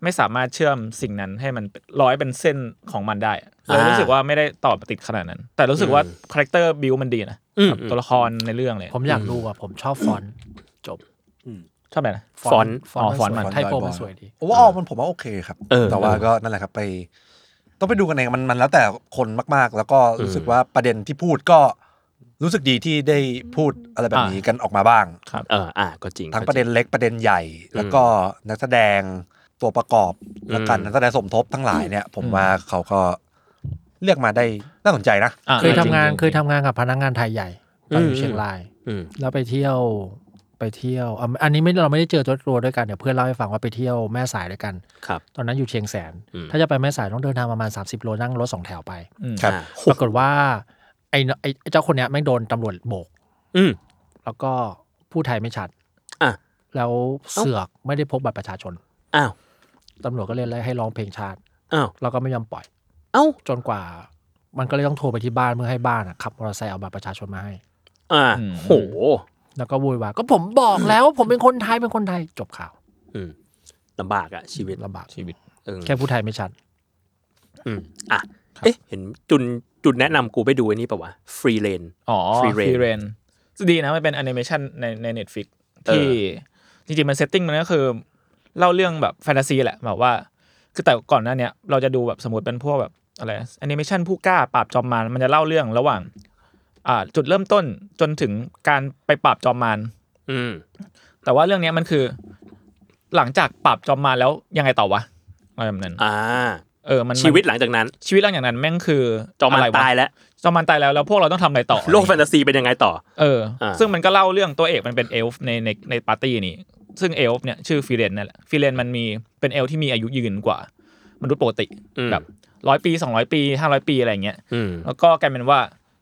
ไม่สามารถเชื่อมสิ่งนั้นให้มันร้อยเป็นเส้นของมันได้เลยรู้สึกว่าไม่ได้ตอบติดขนาดนั้น แต่รู้สึกว่าคาแรคเตอร์บิวมันดีนะ อืม แบบตัวละครในเรื่องเลย ผมอยากดูอ่ะผมชอบฟอนต์จบ ชอบแบบไหนนะ ฟอนต์ ฟอนอ๋ต์อฟอนต์ มั มัน ไทยโปมันสวยดี ว่าออกมันผมว่าโอเคครับ เออ แต่ว่าก็นั่นแหละครับไป ต้องไปดูกันเองมันมันแล้วแต่คนมากๆ แล้วก็รู้สึกว่าประเด็นที่พูดก็รู้สึกดีที่ได้พูดอะไรแบบนี้กันออกมาบ้าง เอออ่าก็จริง ทั้ง ก็จ ประเด็นเล็กประเด็นใหญ่ แล้วก็นักแสดงตัวประกอบและการ อืม นักแสดงสมทบทั้งหลายเนี่ย ผมว่าเขาก็เลือกมาได้น่าสนใจนะ อ่ะ เคยทำงาน จริๆ เคยทำงานกับพนักงานไทยใหญ่ตอนอยู่เชียงราย อืม แล้วไปเที่ยวไป ไปเที่ยวอ่ะอันนี้ไม่เราไม่ได้เจอตัวตัวด้วยกันเดี๋ยวเพื่อนเล่าให้ฟังว่าไปเที่ยวแม่สายด้วยกัน ครับ ตอนนั้นอยู่เชียงแสน อืม ถ้าจะไปแม่สายต้องเดินทางประมาณ 30 โลนั่งรถสองแถวไป ครับ อ่า ปรากฏว่าไอ้ไอ้ไอ้เจ้าคนเนี้ยแม่งโดนตำรวจโบก อืม แล้วก็พูดไทยไม่ชัด อ่ะ แล้วเสือกไม่ได้พกบัตรประชาชน อ้าว ตำรวจก็เลยไล่ให้ร้องเพลงชาติ อ้าว เราก็ไม่ยอมปล่อย เอ้า จนกว่า มันก็เลยต้องโทรไปที่บ้านเพื่อให้บ้านอะขับมอเตอร์ไซค์เอาบัตรประชาชนมาให้ อ่า อืม โห แล้วก็โวุ่นวายก็ผมบอกแล้วว่าผมเป็นคนไทยเป็นคนไทยจบข่าว อืมลำบากอะชีวิต ลำบาก ชีวิต เออ แค่พูดไทยไม่ชัด อืมอ่ะเอ๊ะเห็นจุนจุนแนะนำกูไปดูไอ้นี่ปะวะฟรีเลน อ๋อ Free Reign ฟรีเรนดีนะ มันเป็นแอนิเมชันในในเน็ตฟิกที่จริงๆ มันเซตติ้งมันก็คือ เล่าเรื่องแบบแฟนตาซีแหละ แบบว่า คือแต่ก่อนหน้าเนี้ยเราจะดูแบบสมมติเป็นพวกแบบอะไรแอนิเมชันผู้กล้าปราบจอมมารมันจะเล่าเรื่องระหว่าง อ่าจุดเริ่มต้นจนถึงการไปปราบจอมมาร อืม แต่ว่าเรื่องเนี้ยมันคือ หลังจากปราบจอมมารแล้วยังไงต่อวะอะไรแบบนั้น อ่า เออมัน ชีวิตหลังจากนั้น ชีวิตหลังจากนั้นแม่งคือ จอมมั ะ น ไรวะ ตายแล้ว จอมมารตายแล้วแล้วพวกเราต้องทำอะไรต่อ โลกแฟนตาซีเป็นยังไงต่อ เออ อ่า ซึ่งมันก็เล่าเรื่องตัวเอกมันเป็นเอลฟ์ในในในปาร์ตี้นี้ ซึ่งเอลฟ์เนี่ยชื่อฟิเรนนั่นแหละฟิเรนมันมีเป็นเอลฟ์ที่มีอายุยืนกว่ามนุษย์ปกติ อืม แบบร้อยปีสองร้อยปีห้าร้อยปีอะไรอย่างเงี้ย อืม แล้วก็กลายเป็นว่า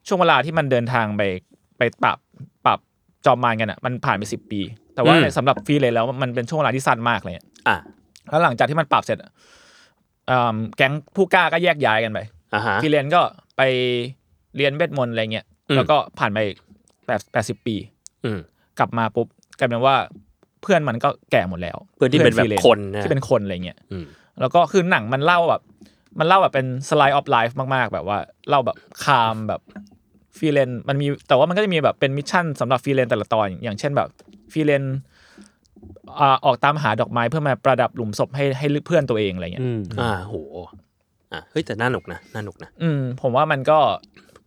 ช่วงเวลาที่มันเดินทางไปไปปรับปรับจอมมารกันอ่ะมันผ่านไปสิบปี แต่ว่า อืม สำหรับฟิเรนแล้วมันเป็นช่วงเวลาที่สั้นมากเลยอะ อ่ะ แล้วหลังจากที่มันปรับเสร็จอะอ่าแก๊งผู้กล้าก็แยกย้ายกันไป อ่าฮะ ฟิเรนก็ไปเรียนเวทมนต์อะไรเงี้ย อืม แล้วก็ผ่านไปแปดแปดสิบปี อืม กลับมาปุ๊บกลายเป็นว่าเพื่อนมันก็แก่หมดแล้ว เพื่อนที่เป็นแบบ ฟิร คนนะ ที่เป็นคนอะไรเงี้ย อืม แล้วก็คือหนังมันเล่าแบบ มันเล่าแบบเป็นสไลด์ออฟไลฟ์มากๆ แบบว่าเล่าแบบคามแบบฟิเลนมันมีแต่ว่ามันก็จะมีแบบเป็นมิชชั่นสำหรับฟิเลนแต่ละตอนอย่างเช่นแบบฟิเลนอ่าออกตามหาดอกไม้เพื่อมาประดับหลุมศพให้ให้เพื่อนตัวเองอะไรเงี้ย อืม อ่าโหอ่ะเฮ้ยแต่น่าหนุกนะน่าหนุกนะ อืมผมว่ามันก็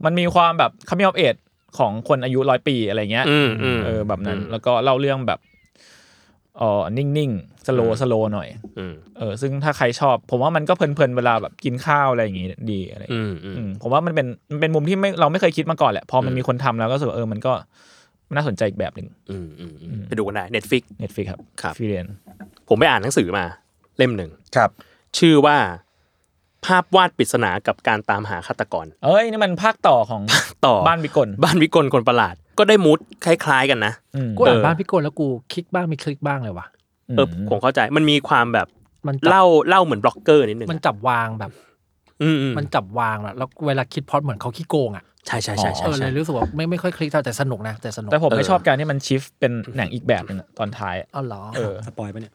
มันมีความแบบคัมมิ่งออฟเอจของคนอายุร้อยปีอะไรเงี้ย อืมอืม เออแบบนั้น อืม แล้วก็เล่าเรื่องแบบเอ๋อนิ่งๆสโลสโลหน่อย อืม เออซึ่งถ้าใครชอบ ผมว่ามันก็เพลินๆเวลาแบบกินข้าวอะไรอย่างงี้ดีอะไร อืมอืม อืมผมว่ามันเป็นมันเป็นมุมที่ไม่เราไม่เคยคิดมาก่อนแหละพอมัน อืม มีคนทำแล้วก็รู้สึกว่าเออมันก็น่าสนใจอีกแบบหนึ่ง อืมอืมอืม อืม ไปดูกันได้ Netflix เน็ตฟิกครับ ครับ ฟรีเรียน ผมไปอ่านหนังสือมาเล่มหนึ่ง ครับ ชื่อว่าภาพวาดปริศนากับการตามหาฆาตกร เอ้ยนี่มันภาคต่อของ ต่อ บ้านวิกล บ้านวิกลคนประหลาด ก็ได้มูดคล้าย ๆ กันนะ อืม กูอ่านบ้านพี่โกนแล้วกูคลิกบ้างมีคลิกบ้างเลยว่ะ เออผมเข้าใจมันมีความแบบ มันจับ เล่าเล่าเหมือนบล็อกเกอร์นิดนึง มันจับวางแบบ อืมอืม มันจับวางอะแล้วเวลาคิดพล็อดเหมือนเขาขี้โกงอ่ะ ใช่ใช่ใช่ใช่ เออเล ใช่ ยรู้สึกว่าไม่ไม่ค่อยคลิกเท่าแต่สนุกนะแต่สนุก แต่ผมไม่ เออ ชอบการที่มันชิฟเป็นหนังอีกแบบหนึงอะตอนท้ายอะ อ๋อเหรอ เออ สปอยล์ปะเนี่ย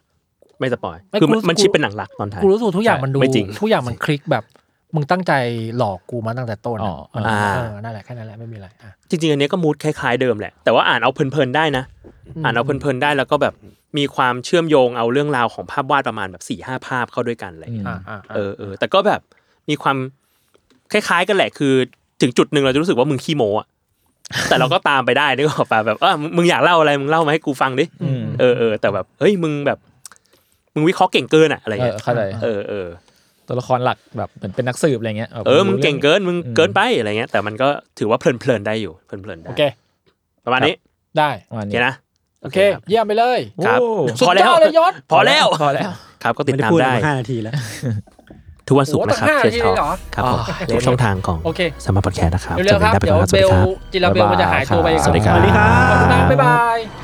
ไม่สปอย ไม่ คือมัน กูรู้สึก มันชิปเป็นหนังหลักตอนท้าย กูรู้สึกทุกอย่างมันดู ไม่จริง ทุกอย่างมันคลิกแบบ มึงตั้งใจหลอกกูมาตั้งแต่ต้น อ๋ออ่า เออนั่นแหละแค่นั้นแหละไม่มีอะไรอ่ะ จริงๆ อันเนี้ยก็มูดคล้ายๆเดิมแหละ แต่ว่าอ่านเอาเพลินๆได้นะ อ่านเอาเพลินๆได้แล้วก็แบบมีความเชื่อมโยงเอาเรื่องราวของภาพวาดประมาณแบบ4ี่ห้าภาพเข้าด้วยกันอะไรอย่างเงี้ย อ่าอ่า เออเออแต่ก็แบบมีความคล้ายๆกันแหละคือ ถึงจุดหนึ่งเราจะรู้สึกว่ามึงขี้โม้อะแต่เราก็ตามไปได้นึกออกป่ะแบบเออมึงอยากเล่าอะไรมึงเล่ามาให้กูฟังดิ อืม เออเออแต่แบบเฮ้ยมึงแบบ มึงวิเคราะห์เก่งเกินอะอะไร เอ เงี้ อย เข้าใจ เออเออ ตัวละครหลักแบบเหมือนเป็นนักสืบอะไรเงี้ยแบบ เออมึง รู้รื่ เก่งเกินมึง อืม เกินไปอะไรเงี้ยแต่มันก็ถือว่าเพลินๆได้อยู่เพลินๆได้ โอเค ประมาณนี้ ได้ วัน โอเค นี้ นะ โอเค เยี่ยมไปเลย ครับ โอ้ พอแล้ว สุดยดเลยยศ พอแล้ว พอแล้ว ครับก็ติด ไม่ได้ ตาม พูด ได้ มาห้านาทีแล้ว ทุกวันศุกร์นะครับ โอ้โหตั้งห้า เทียทอนาทีเลย เหรอ ครับผม อ๋อ ทุกช่องทางของ โอเค สมาร์ทพอดแคสต์นะครับ เร็วๆครับ จอกันไไปก่อน เดี๋ยว ค เบล รับสวัสดีครับ จิราเบลมันจะหายตัวไป สวัสดีครับ สวัสดีครับ ขอบคุณมากบ๊ายบาย